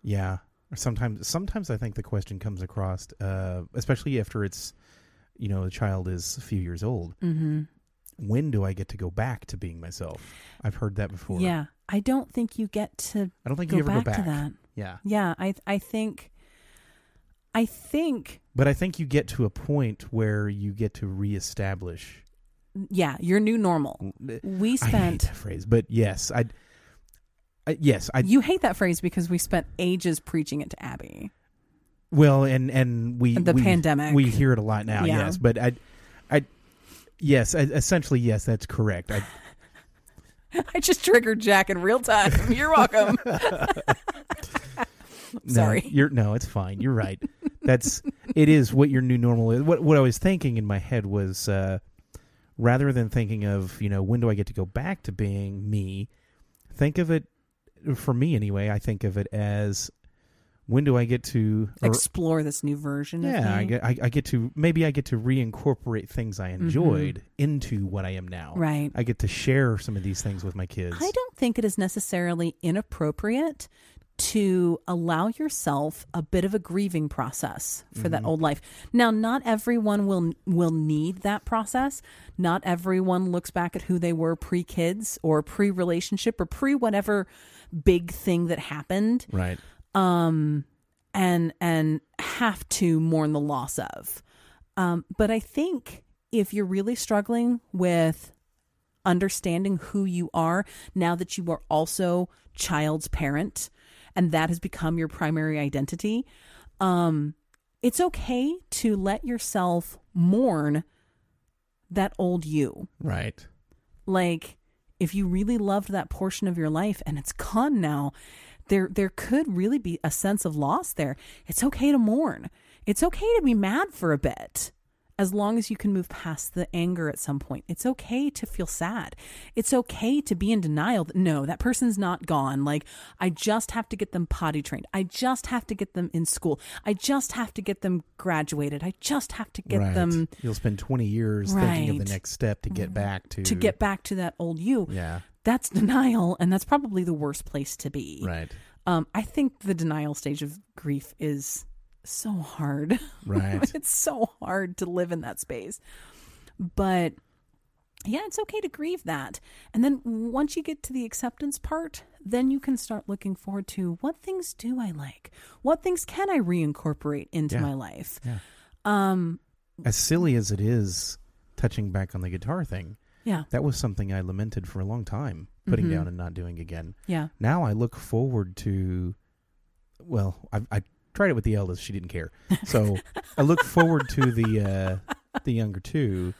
[SPEAKER 3] Yeah. Or Sometimes, sometimes I think the question comes across, uh, especially after it's, you know, the child is a few years old.
[SPEAKER 1] Mm.
[SPEAKER 3] Mm-hmm. When do I get to go back to being myself? I've heard that before.
[SPEAKER 1] yeah i don't think you get to
[SPEAKER 3] I don't think
[SPEAKER 1] go
[SPEAKER 3] you ever
[SPEAKER 1] back
[SPEAKER 3] go back
[SPEAKER 1] to that
[SPEAKER 3] Yeah.
[SPEAKER 1] Yeah, I I think I think
[SPEAKER 3] But I think you get to a point where you get to reestablish.
[SPEAKER 1] yeah, your new normal. We
[SPEAKER 3] I hate
[SPEAKER 1] spent
[SPEAKER 3] that phrase, but yes, I. I yes, I.
[SPEAKER 1] you hate that phrase because we spent ages preaching it to Abby.
[SPEAKER 3] Well, and and we
[SPEAKER 1] The
[SPEAKER 3] we-
[SPEAKER 1] pandemic.
[SPEAKER 3] we hear it a lot now.
[SPEAKER 1] Yeah.
[SPEAKER 3] Yes, but I, I, yes, I, essentially yes, that's
[SPEAKER 1] [sighs]
[SPEAKER 3] correct. I,
[SPEAKER 1] [laughs] I just triggered Jack in real time. You're
[SPEAKER 3] [laughs]
[SPEAKER 1] welcome.
[SPEAKER 3] No,
[SPEAKER 1] Sorry.
[SPEAKER 3] you're no, it's fine.
[SPEAKER 1] [laughs]
[SPEAKER 3] You're right. That's it is what your new normal is. What what I was thinking in my head was uh, rather than thinking of you know when do I get to go back to being me, think of it for me anyway. I think of it as when do I get to or-
[SPEAKER 1] Explore this new version of me. Mm-hmm.
[SPEAKER 3] yeah I get I, I get to maybe I get to reincorporate things I enjoyed into what I am now.
[SPEAKER 1] Right.
[SPEAKER 3] I get to share some of these things with my kids.
[SPEAKER 1] I don't think it is necessarily inappropriate to allow yourself a bit of a grieving process for that old life. Now, not everyone will will need that process. Not everyone looks back at who they were pre-kids or pre-relationship or pre whatever big thing that happened
[SPEAKER 3] Right.
[SPEAKER 1] um, and and have to mourn the loss of. Um, but I think if you're really struggling with understanding who you are now that you are also child's parent, and that has become your primary identity, um, it's okay to let yourself mourn that old you.
[SPEAKER 3] Right.
[SPEAKER 1] Like if you really loved that portion of your life and it's gone now, there there could really be a sense of loss there. It's okay to mourn. It's okay to be mad for a bit as long as you can move past the anger at some point. It's okay to feel sad. It's okay to be in denial that no, that person's not gone. Like, I just have to get them potty trained. I just have to get them in school. I just have to get them graduated. I just have to get
[SPEAKER 3] right.
[SPEAKER 1] them
[SPEAKER 3] You'll spend 20 years thinking of
[SPEAKER 1] Right. Mm-hmm.
[SPEAKER 3] the next step to get back to
[SPEAKER 1] to get back to that old you.
[SPEAKER 3] Yeah.
[SPEAKER 1] That's denial, and that's probably the worst place to be.
[SPEAKER 3] Right.
[SPEAKER 1] Um, I think the denial stage of grief is so hard. [laughs]
[SPEAKER 3] Right.
[SPEAKER 1] it's so hard to live in that space. But yeah, it's okay to grieve that. And then once you get to the acceptance part, then you can start looking forward to what things do I like? What things can I reincorporate into
[SPEAKER 3] Yeah.
[SPEAKER 1] my life?
[SPEAKER 3] Yeah.
[SPEAKER 1] Um,
[SPEAKER 3] as silly as it is touching back on the guitar thing
[SPEAKER 1] yeah,
[SPEAKER 3] that was something i lamented for a long time putting
[SPEAKER 1] Mm-hmm.
[SPEAKER 3] down and not doing again
[SPEAKER 1] yeah,
[SPEAKER 3] now i look forward to well i, I tried it with the eldest she didn't care so i look forward to the uh, the younger two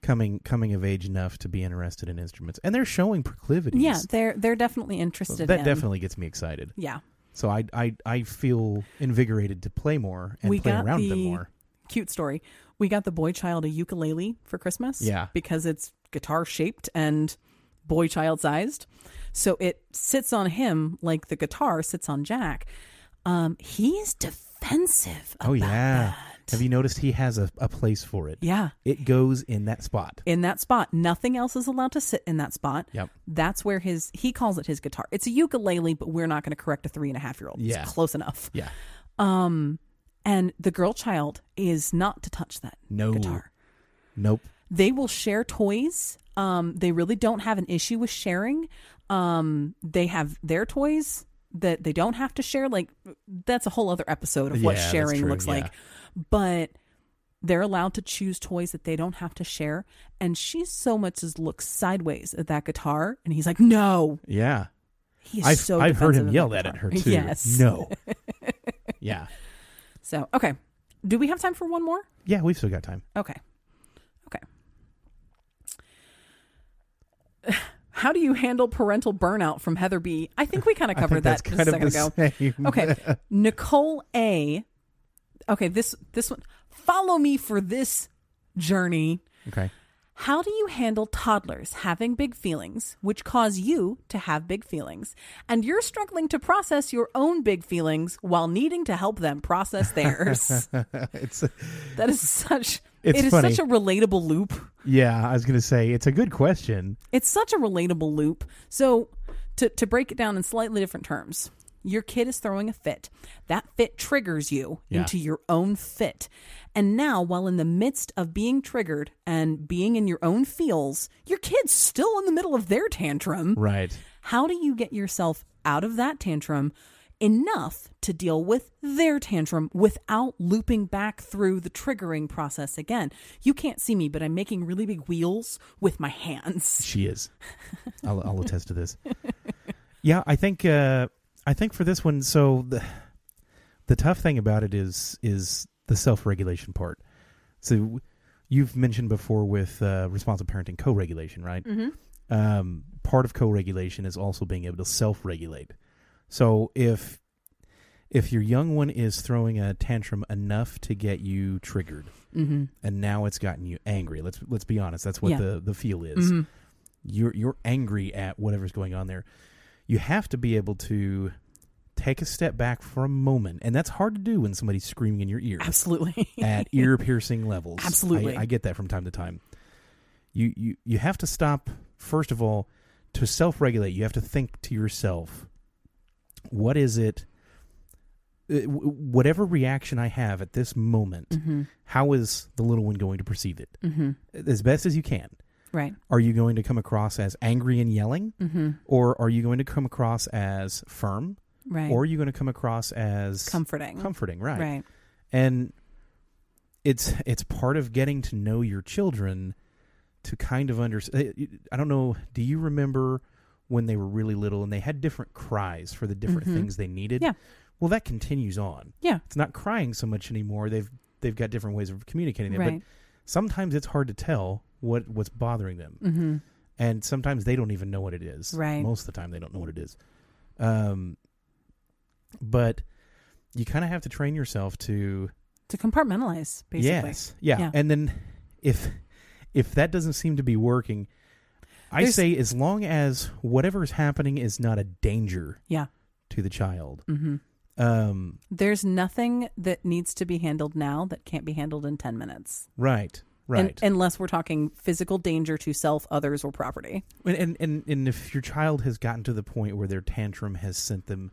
[SPEAKER 3] coming coming of age enough to be interested in instruments and they're showing proclivities
[SPEAKER 1] yeah. They're they're definitely
[SPEAKER 3] So
[SPEAKER 1] interested.
[SPEAKER 3] that
[SPEAKER 1] in,
[SPEAKER 3] definitely gets me excited
[SPEAKER 1] Yeah,
[SPEAKER 3] so I, I i feel invigorated to play more and
[SPEAKER 1] We
[SPEAKER 3] play
[SPEAKER 1] got
[SPEAKER 3] around with them
[SPEAKER 1] the-
[SPEAKER 3] more
[SPEAKER 1] cute story. We got the boy child a ukulele for Christmas.
[SPEAKER 3] Yeah.
[SPEAKER 1] Because it's guitar shaped and boy child sized. So it sits on him like the guitar sits on Jack. Um, he is defensive.
[SPEAKER 3] oh
[SPEAKER 1] about
[SPEAKER 3] yeah
[SPEAKER 1] that.
[SPEAKER 3] have you noticed he has a, a place for it
[SPEAKER 1] Yeah.
[SPEAKER 3] it goes in that spot.
[SPEAKER 1] In that spot. Nothing else is allowed to sit in that spot.
[SPEAKER 3] Yep.
[SPEAKER 1] That's where his, he calls it his guitar. It's a ukulele, but we're not going to correct a three and a half year old.
[SPEAKER 3] Yeah.
[SPEAKER 1] It's close enough.
[SPEAKER 3] Yeah.
[SPEAKER 1] Um, and the girl child is not to touch that
[SPEAKER 3] No.
[SPEAKER 1] guitar.
[SPEAKER 3] Nope.
[SPEAKER 1] they will share toys. Um, they really don't have an issue with sharing. Um, they have their toys that they don't have to share. Like that's a whole other episode of what
[SPEAKER 3] Yeah, that's
[SPEAKER 1] sharing
[SPEAKER 3] true,
[SPEAKER 1] looks
[SPEAKER 3] yeah.
[SPEAKER 1] like. But they're allowed to choose toys that they don't have to share. And she so much as looks sideways at that guitar, and he's like, "No."
[SPEAKER 3] Yeah.
[SPEAKER 1] He's
[SPEAKER 3] I've,
[SPEAKER 1] so.
[SPEAKER 3] I've heard
[SPEAKER 1] defensive
[SPEAKER 3] him
[SPEAKER 1] of
[SPEAKER 3] yell
[SPEAKER 1] that
[SPEAKER 3] that at
[SPEAKER 1] guitar.
[SPEAKER 3] her too.
[SPEAKER 1] Yes. [laughs]
[SPEAKER 3] No. yeah.
[SPEAKER 1] So okay, do we have time for one more?
[SPEAKER 3] Yeah, we've still got time.
[SPEAKER 1] Okay. Okay. [sighs] How do you handle parental burnout from Heather B? I think we kind of
[SPEAKER 3] [laughs] I
[SPEAKER 1] covered
[SPEAKER 3] think
[SPEAKER 1] that
[SPEAKER 3] that's
[SPEAKER 1] just a
[SPEAKER 3] kind
[SPEAKER 1] second
[SPEAKER 3] of
[SPEAKER 1] ago.
[SPEAKER 3] the same.
[SPEAKER 1] Okay.
[SPEAKER 3] [laughs]
[SPEAKER 1] Nicole A. Okay, this this one. Follow me for this journey.
[SPEAKER 3] Okay.
[SPEAKER 1] How do you handle toddlers having big feelings, which cause you to have big feelings, and you're struggling to process your own big feelings while needing to help them process theirs?
[SPEAKER 3] [laughs] it's
[SPEAKER 1] that is such
[SPEAKER 3] It's
[SPEAKER 1] it is
[SPEAKER 3] funny.
[SPEAKER 1] such a relatable loop.
[SPEAKER 3] yeah. I was gonna say it's a good question.
[SPEAKER 1] it's such a relatable loop. So, to, to break it down in slightly different terms, your kid is throwing a fit. That fit triggers you
[SPEAKER 3] Yeah.
[SPEAKER 1] into your own fit. And now, while in the midst of being triggered and being in your own feels, your kid's still in the middle of their tantrum.
[SPEAKER 3] Right.
[SPEAKER 1] How do you get yourself out of that tantrum enough to deal with their tantrum without looping back through the triggering process again? You can't see me, but I'm making really big wheels with my hands.
[SPEAKER 3] She is. I'll, I'll attest to this. Yeah, I think uh, I think for this one, so the the tough thing about it is is the self regulation part. So you've mentioned before with uh, responsive parenting co regulation, right? Mm-hmm. Um, part of co regulation is also being able to self regulate. So if if your young one is throwing a tantrum enough to get you triggered,
[SPEAKER 1] Mm-hmm.
[SPEAKER 3] and now it's gotten you angry. Let's let's be honest. That's what
[SPEAKER 1] Yeah.
[SPEAKER 3] the the feel is.
[SPEAKER 1] Mhm.
[SPEAKER 3] You're you're angry at whatever's going on there. You have to be able to take a step back for a moment, and that's hard to do when somebody's screaming in your ear
[SPEAKER 1] Absolutely.
[SPEAKER 3] [laughs]
[SPEAKER 1] [laughs]
[SPEAKER 3] at ear piercing levels.
[SPEAKER 1] Absolutely.
[SPEAKER 3] I, I get that from time to time. You you you have to stop first of all to self regulate. You have to think to yourself, what is it? uh, wh- Whatever reaction I have at this moment,
[SPEAKER 1] Mhm.
[SPEAKER 3] how is the little one going to perceive it
[SPEAKER 1] Mhm.
[SPEAKER 3] as best as you can
[SPEAKER 1] Right.
[SPEAKER 3] are you going to come across as angry and yelling
[SPEAKER 1] Mm-hmm.
[SPEAKER 3] or are you going to come across as firm
[SPEAKER 1] Right.
[SPEAKER 3] or are you going to come across as
[SPEAKER 1] comforting.
[SPEAKER 3] comforting right.
[SPEAKER 1] right.
[SPEAKER 3] and it's it's part of getting to know your children to kind of understand i don't know do you remember when they were really little and they had different cries for the different
[SPEAKER 1] Mhm.
[SPEAKER 3] things they needed
[SPEAKER 1] Yeah.
[SPEAKER 3] well that continues on
[SPEAKER 1] Yeah.
[SPEAKER 3] it's not crying so much anymore they've they've got different ways of communicating it but
[SPEAKER 1] Right.
[SPEAKER 3] sometimes it's hard to tell what what's bothering them
[SPEAKER 1] Mm-hmm.
[SPEAKER 3] and sometimes they don't even know what it is
[SPEAKER 1] Right.
[SPEAKER 3] most of the time they don't know what it is um but you kind of have to train yourself to
[SPEAKER 1] to compartmentalize, basically.
[SPEAKER 3] Yes. Yeah.
[SPEAKER 1] Yeah.
[SPEAKER 3] And then if if that doesn't seem to be working, I
[SPEAKER 1] There's-
[SPEAKER 3] say as long as whatever's happening is not a danger
[SPEAKER 1] Yeah.
[SPEAKER 3] to the child. Um,
[SPEAKER 1] Mm-hmm. There's nothing that needs to be handled now that can't be handled in 10 minutes.
[SPEAKER 3] right.
[SPEAKER 1] Un-
[SPEAKER 3] Right.
[SPEAKER 1] unless we're talking physical danger to self, others, or property.
[SPEAKER 3] And, and and and if your child has gotten to the point where their tantrum has sent them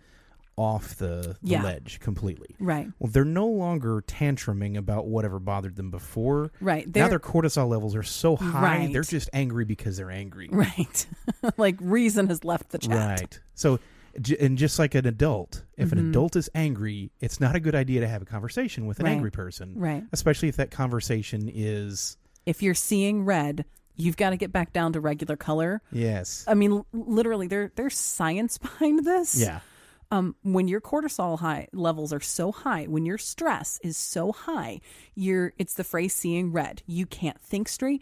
[SPEAKER 3] off the, the
[SPEAKER 1] Yeah.
[SPEAKER 3] ledge completely.
[SPEAKER 1] Right.
[SPEAKER 3] Well, they're no longer tantruming about whatever bothered them before.
[SPEAKER 1] Right.
[SPEAKER 3] now
[SPEAKER 1] They're-
[SPEAKER 3] their cortisol levels are so high,
[SPEAKER 1] Right.
[SPEAKER 3] they're just angry because they're angry.
[SPEAKER 1] [laughs] Right. [laughs] like reason has left the chat.
[SPEAKER 3] Right. So, j- and just like an adult, if
[SPEAKER 1] Mm-hmm.
[SPEAKER 3] an adult is angry, it's not a good idea to have a conversation with an
[SPEAKER 1] Right.
[SPEAKER 3] angry person,
[SPEAKER 1] Right.
[SPEAKER 3] especially if that conversation is
[SPEAKER 1] If you're seeing red, you've got to get back down to regular color.
[SPEAKER 3] yes,
[SPEAKER 1] I mean, l- literally, there there's science [laughs] behind this.
[SPEAKER 3] yeah,
[SPEAKER 1] Um, when your cortisol high levels are so high, when your stress is so high, you're it's the phrase seeing red. You can't think straight.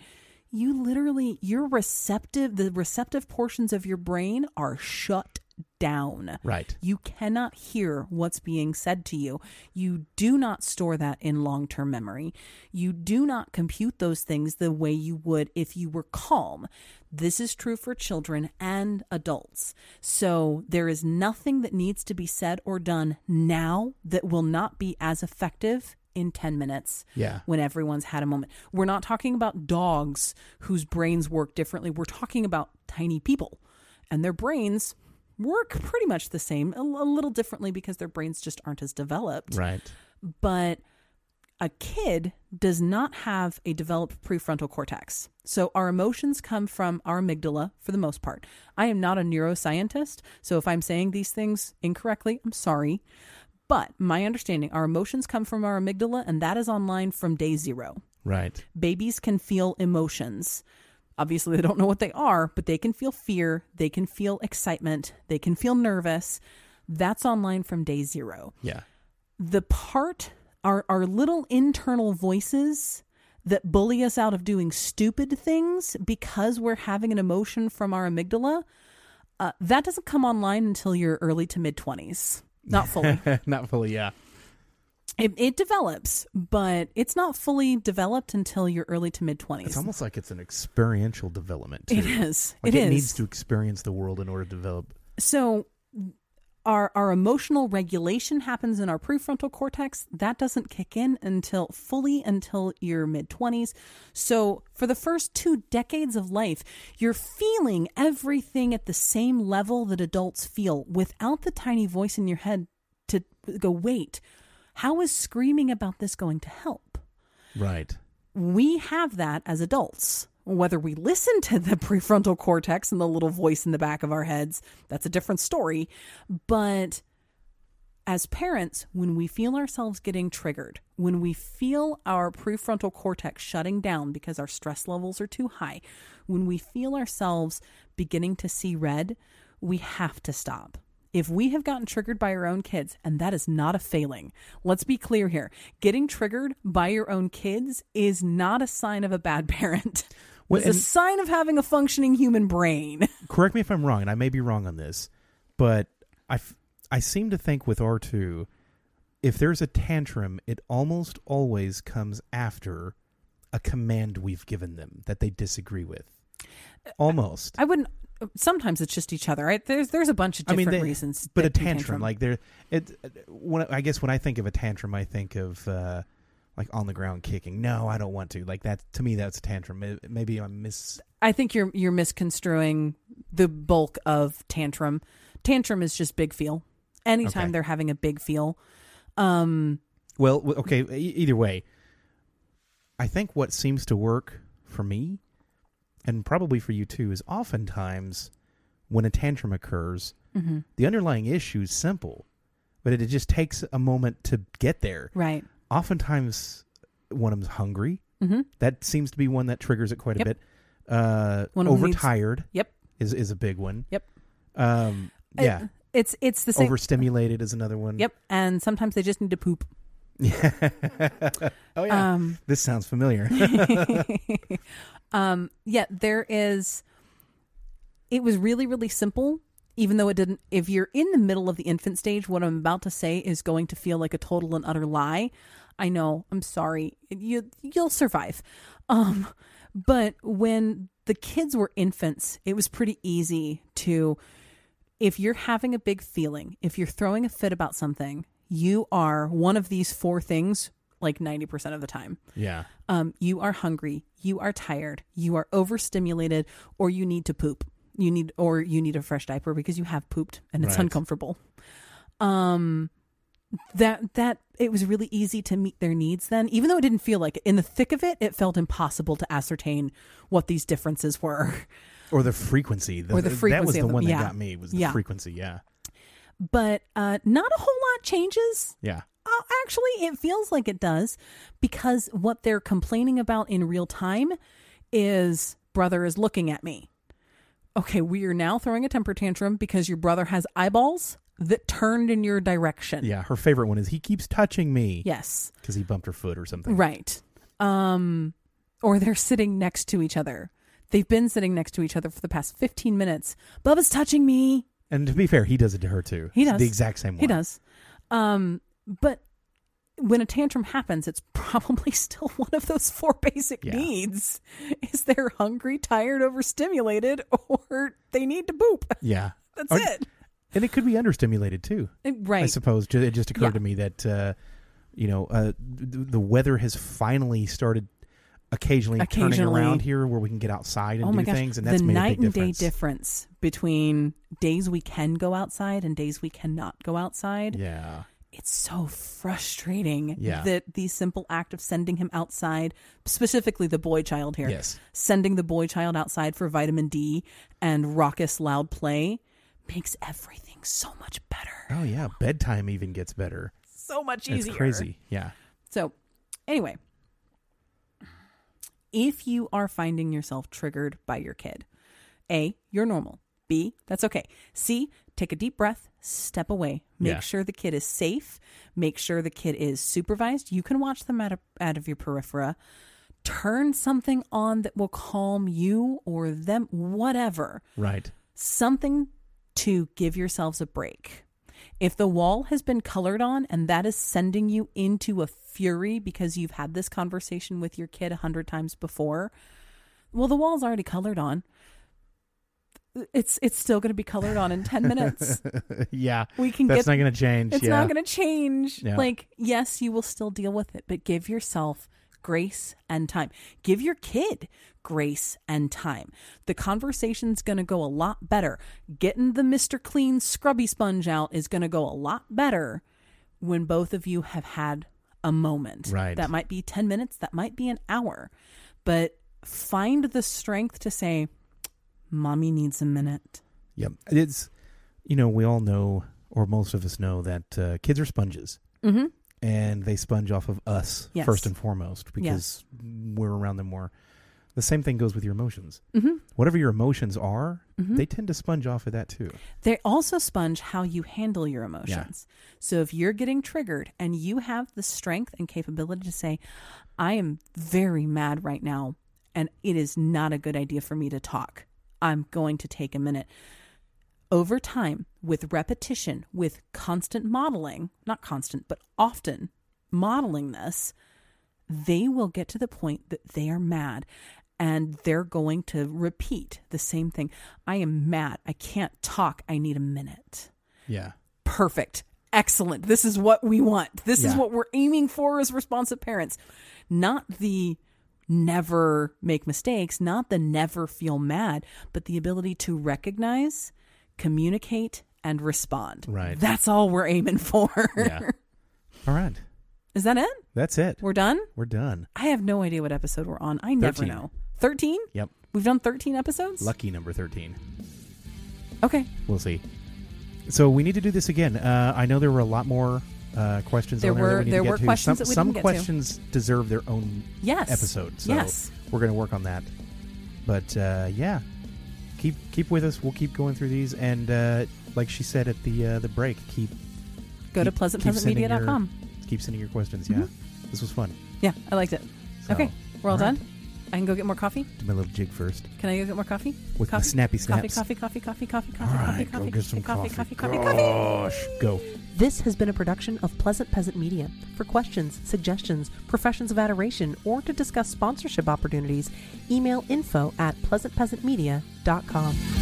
[SPEAKER 1] You literally your receptive the receptive portions of your brain are shut down.
[SPEAKER 3] right,
[SPEAKER 1] You cannot hear what's being said to you. You do not store that in long term memory. You do not compute those things the way you would if you were calm. This is true for children and adults. So there is nothing that needs to be said or done now that will not be as effective in 10 minutes
[SPEAKER 3] yeah,
[SPEAKER 1] when everyone's had a moment. We're not talking about dogs whose brains work differently. We're talking about tiny people and their brains work pretty much the same, a, a little differently because their brains just aren't as developed.
[SPEAKER 3] right,
[SPEAKER 1] But a kid does not have a developed prefrontal cortex. So our emotions come from our amygdala for the most part. I am not a neuroscientist, so if I'm saying these things incorrectly, I'm sorry. But my understanding, our emotions come from our amygdala, and that is online from day zero.
[SPEAKER 3] right,
[SPEAKER 1] Babies can feel emotions. Obviously, they don't know what they are, but they can feel fear, they can feel excitement, they can feel nervous. That's online from day zero
[SPEAKER 3] yeah, [laughs]
[SPEAKER 1] the part are our little internal voices that bully us out of doing stupid things because we're having an emotion from our amygdala uh, that doesn't come online until your early to mid 20s
[SPEAKER 3] [laughs]
[SPEAKER 1] not fully
[SPEAKER 3] not fully, yeah,
[SPEAKER 1] it, it develops but it's not fully developed until your early to mid 20s
[SPEAKER 3] it's almost like it's an experiential development. Too.
[SPEAKER 1] it is
[SPEAKER 3] Like
[SPEAKER 1] it is
[SPEAKER 3] needs to experience the world in order to develop.
[SPEAKER 1] so our our emotional regulation happens in our prefrontal cortex that doesn't kick in until fully until your mid 20s so for the first two decades of life you're feeling everything at the same level that adults feel without the tiny voice in your head to go wait how is screaming about this going to help
[SPEAKER 3] Right.
[SPEAKER 1] we have that as adults. Whether we listen to the [laughs] prefrontal cortex and the little voice in the back of our heads, that's a different story. But as parents, when we feel ourselves getting triggered, when we feel our prefrontal cortex shutting down because our stress levels are too high, when we feel ourselves beginning to see red, we have to stop. If we have gotten triggered by our own kids, and that is not a failing, let's be clear here getting triggered by your own kids is not a sign of a bad [laughs] parent.
[SPEAKER 3] Well,
[SPEAKER 1] it's a
[SPEAKER 3] and-
[SPEAKER 1] sign of having a functioning human brain. [laughs]
[SPEAKER 3] correct me if I'm wrong, and I may be wrong on this, but I, f- I seem to think with R2, if there's a tantrum, it almost always comes after a command we've given them that they disagree with. Almost.
[SPEAKER 1] I wouldn't. Sometimes it's just each other, right? There's there's a bunch of
[SPEAKER 3] I mean,
[SPEAKER 1] different
[SPEAKER 3] they-
[SPEAKER 1] reasons.
[SPEAKER 3] but
[SPEAKER 1] that
[SPEAKER 3] a
[SPEAKER 1] you
[SPEAKER 3] tantrum, like there, it. When I guess when I think of a tantrum, I think of uh, like on the ground kicking. No, I don't want to. Like that to me, that's a tantrum. May- Maybe I'm miss.
[SPEAKER 1] I think you're you're misconstruing the bulk of tantrum. Tantrum is just big feel. Anytime
[SPEAKER 3] Okay.
[SPEAKER 1] they're having a big feel, um,
[SPEAKER 3] Well, w- okay. e- Either way, I think what seems to work for me, and probably for you too, is oftentimes when a tantrum occurs, the underlying issue is simple, but it, it just takes a moment to get there.
[SPEAKER 1] right?
[SPEAKER 3] Oftentimes, one of them's hungry.
[SPEAKER 1] Mhm.
[SPEAKER 3] That seems to be one that triggers it quite
[SPEAKER 1] Yep.
[SPEAKER 3] a bit. Uh,
[SPEAKER 1] One of 'em needs-
[SPEAKER 3] overtired.
[SPEAKER 1] Yep.
[SPEAKER 3] Is is a big one.
[SPEAKER 1] Yep.
[SPEAKER 3] Um,
[SPEAKER 1] I-
[SPEAKER 3] yeah.
[SPEAKER 1] It's it's the same.
[SPEAKER 3] Overstimulated is another one.
[SPEAKER 1] Yep, and sometimes they just need to poop.
[SPEAKER 3] [laughs] oh yeah.
[SPEAKER 1] Um,
[SPEAKER 3] this sounds
[SPEAKER 1] [laughs]
[SPEAKER 3] familiar.
[SPEAKER 1] um, yeah, there is. It was really, really simple. even though it didn't if you're in the middle of the infant stage what i'm about to say is going to feel like a total and utter lie i know i'm sorry you you'll survive um but when the kids were infants it was pretty easy to if you're having a big feeling if you're throwing a fit about something you are one of these four things like 90% of the time
[SPEAKER 3] Yeah.
[SPEAKER 1] um, you are hungry, you are tired, you are overstimulated, or you need to poop. You need or you need a fresh diaper because you have pooped and it's
[SPEAKER 3] Right.
[SPEAKER 1] uncomfortable. Um that that it was really easy to meet their needs then even though it didn't feel like it in the thick of it it felt impossible to ascertain what these differences were [laughs]
[SPEAKER 3] Or the frequency. The,
[SPEAKER 1] Or the
[SPEAKER 3] That was
[SPEAKER 1] frequency
[SPEAKER 3] the
[SPEAKER 1] of them,
[SPEAKER 3] one that
[SPEAKER 1] yeah.
[SPEAKER 3] got me. Was the
[SPEAKER 1] Yeah.
[SPEAKER 3] frequency? Yeah.
[SPEAKER 1] but uh not a whole lot changes
[SPEAKER 3] Yeah.
[SPEAKER 1] Oh, actually, it feels like it does because what they're complaining about in real time is brother is looking at me. Okay, we are now throwing a temper tantrum because your brother has eyeballs that turned in your direction.
[SPEAKER 3] Yeah. Her favorite one is he keeps touching me
[SPEAKER 1] Yes.
[SPEAKER 3] because he bumped her foot or something.
[SPEAKER 1] Right. Um or they're sitting next to each other. They've been sitting next to each other for the past 15 minutes. Bubba's touching me.
[SPEAKER 3] And to be fair, he does it to her too.
[SPEAKER 1] He
[SPEAKER 3] It's
[SPEAKER 1] does.
[SPEAKER 3] the exact same one.
[SPEAKER 1] He does. Um, but when a tantrum happens, it's [laughs] probably still one of those four basic
[SPEAKER 3] Yeah.
[SPEAKER 1] needs. Is they're hungry, tired, overstimulated, [laughs] or they need to poop. [laughs]
[SPEAKER 3] Yeah.
[SPEAKER 1] That's
[SPEAKER 3] Or-
[SPEAKER 1] it. Uh,
[SPEAKER 3] And it could be understimulated too. I
[SPEAKER 1] Right.
[SPEAKER 3] suppose ju- it just occurred
[SPEAKER 1] Yeah.
[SPEAKER 3] to me that uh, you know uh, th- the weather has finally started occasionally, turning
[SPEAKER 1] Occasionally.
[SPEAKER 3] around here where we can get outside and
[SPEAKER 1] Oh
[SPEAKER 3] do
[SPEAKER 1] my gosh.
[SPEAKER 3] things, and that's
[SPEAKER 1] the
[SPEAKER 3] made
[SPEAKER 1] night
[SPEAKER 3] a big
[SPEAKER 1] and
[SPEAKER 3] difference.
[SPEAKER 1] day difference between days we can go outside and days we cannot go outside.
[SPEAKER 3] Yeah,
[SPEAKER 1] It's so frustrating
[SPEAKER 3] Yeah.
[SPEAKER 1] that the simple act of sending him outside, specifically the boy child here,
[SPEAKER 3] Yes.
[SPEAKER 1] sending the boy child outside for vitamin D and raucous loud play makes everything so much better.
[SPEAKER 3] oh yeah, bedtime even gets better.
[SPEAKER 1] So much
[SPEAKER 3] It's
[SPEAKER 1] easier.
[SPEAKER 3] crazy. Yeah,
[SPEAKER 1] So, anyway, if you are finding yourself triggered by your kid, A, you're normal. B, that's okay. C, take a deep breath, step away. Make
[SPEAKER 3] Yeah.
[SPEAKER 1] sure the kid is safe. Make sure the kid is supervised. You can watch them out of, out of your periphera. Turn something on that will calm you or them, whatever
[SPEAKER 3] right.
[SPEAKER 1] something to give yourselves a break. If the wall has been colored on and that is sending you into a fury because you've had this conversation with your kid a hundred times before, well, the wall's already colored on. It's it's still going to be colored on in ten minutes.
[SPEAKER 3] [laughs] yeah,
[SPEAKER 1] We can
[SPEAKER 3] that's
[SPEAKER 1] get.
[SPEAKER 3] not going to change.
[SPEAKER 1] it's
[SPEAKER 3] yeah,
[SPEAKER 1] not going to change.
[SPEAKER 3] Yeah.
[SPEAKER 1] Like yes, you will still deal with it, but give yourself grace and time. Give your kid grace and time. The conversation's going to go a lot better. Getting the Mister Clean scrubby sponge out is going to go a lot better when both of you have had a moment.
[SPEAKER 3] Right.
[SPEAKER 1] That might be ten minutes. That might be an hour, but find the strength to say, "Mommy needs a minute."
[SPEAKER 3] Yep. It's, you know, we all know, or most of us know, that uh, kids are sponges.
[SPEAKER 1] Mhm.
[SPEAKER 3] And they sponge off of us
[SPEAKER 1] Yes.
[SPEAKER 3] first and foremost because we're around them more. The same thing goes with your emotions.
[SPEAKER 1] Mhm.
[SPEAKER 3] Whatever your emotions are,
[SPEAKER 1] Mm-hmm.
[SPEAKER 3] they tend to sponge off of that too.
[SPEAKER 1] They also sponge how you handle your emotions. So if you're getting triggered and you have the strength and capability to say, I am very mad right now, and it is not a good idea for me to talk, I'm going to take a minute. Over time, with repetition, with constant modeling, not constant, but often modeling this, they will get to the point that they are mad and they're going to repeat the same thing. I am mad. I can't talk. I need a minute.
[SPEAKER 3] Yeah.
[SPEAKER 1] Perfect. Excellent. This is what we want. This is
[SPEAKER 3] Yeah.
[SPEAKER 1] what we're aiming for as responsive parents. Not the never make mistakes, not the never feel mad, but the ability to recognize, communicate, and respond.
[SPEAKER 3] Right.
[SPEAKER 1] That's all we're aiming for.
[SPEAKER 3] Yeah. all right.
[SPEAKER 1] [laughs] Is that it?
[SPEAKER 3] That's it. We're,
[SPEAKER 1] We're done?
[SPEAKER 3] done.
[SPEAKER 1] I have no idea what episode we're on. I never
[SPEAKER 3] 13.
[SPEAKER 1] know. 13?
[SPEAKER 3] Yep.
[SPEAKER 1] We've done 13 episodes?
[SPEAKER 3] Lucky number 13.
[SPEAKER 1] Okay.
[SPEAKER 3] We'll see. So we need to do this again. Uh, I know there were a lot more uh, questions.
[SPEAKER 1] There
[SPEAKER 3] on
[SPEAKER 1] were-
[SPEAKER 3] there, that we need
[SPEAKER 1] there
[SPEAKER 3] to get
[SPEAKER 1] were
[SPEAKER 3] to.
[SPEAKER 1] questions
[SPEAKER 3] Some,
[SPEAKER 1] that we
[SPEAKER 3] some
[SPEAKER 1] didn't get to.
[SPEAKER 3] questions deserve their own
[SPEAKER 1] Yes.
[SPEAKER 3] episode. So
[SPEAKER 1] Yes.
[SPEAKER 3] we're going to work on that. But uh, yeah, keep keep with us. We'll keep going through these, and uh, like she said at the uh, the break, keep
[SPEAKER 1] Go to
[SPEAKER 3] keep- keep sending your-
[SPEAKER 1] pleasantpleasantmedia.com.
[SPEAKER 3] Keep sending your questions. Yeah, this was fun.
[SPEAKER 1] Yeah, I liked it.
[SPEAKER 3] So,
[SPEAKER 1] Mm-hmm. okay. We're all,
[SPEAKER 3] all right.
[SPEAKER 1] done?
[SPEAKER 5] I can go get more coffee.
[SPEAKER 3] Do my little jig first.
[SPEAKER 5] Can I go get more coffee?
[SPEAKER 3] With my
[SPEAKER 5] coffee?
[SPEAKER 3] snappy
[SPEAKER 5] coffee,
[SPEAKER 3] snaps.
[SPEAKER 5] coffee, coffee, coffee, coffee,
[SPEAKER 3] All
[SPEAKER 5] coffee, coffee,
[SPEAKER 3] right,
[SPEAKER 5] coffee,
[SPEAKER 3] go get some coffee.
[SPEAKER 5] coffee, coffee, coffee, coffee.
[SPEAKER 3] Gosh, go.
[SPEAKER 5] This has been a production of Pleasant Peasant Media. For questions, suggestions, professions of adoration, or to discuss sponsorship opportunities, email info at pleasantpeasantmedia.com.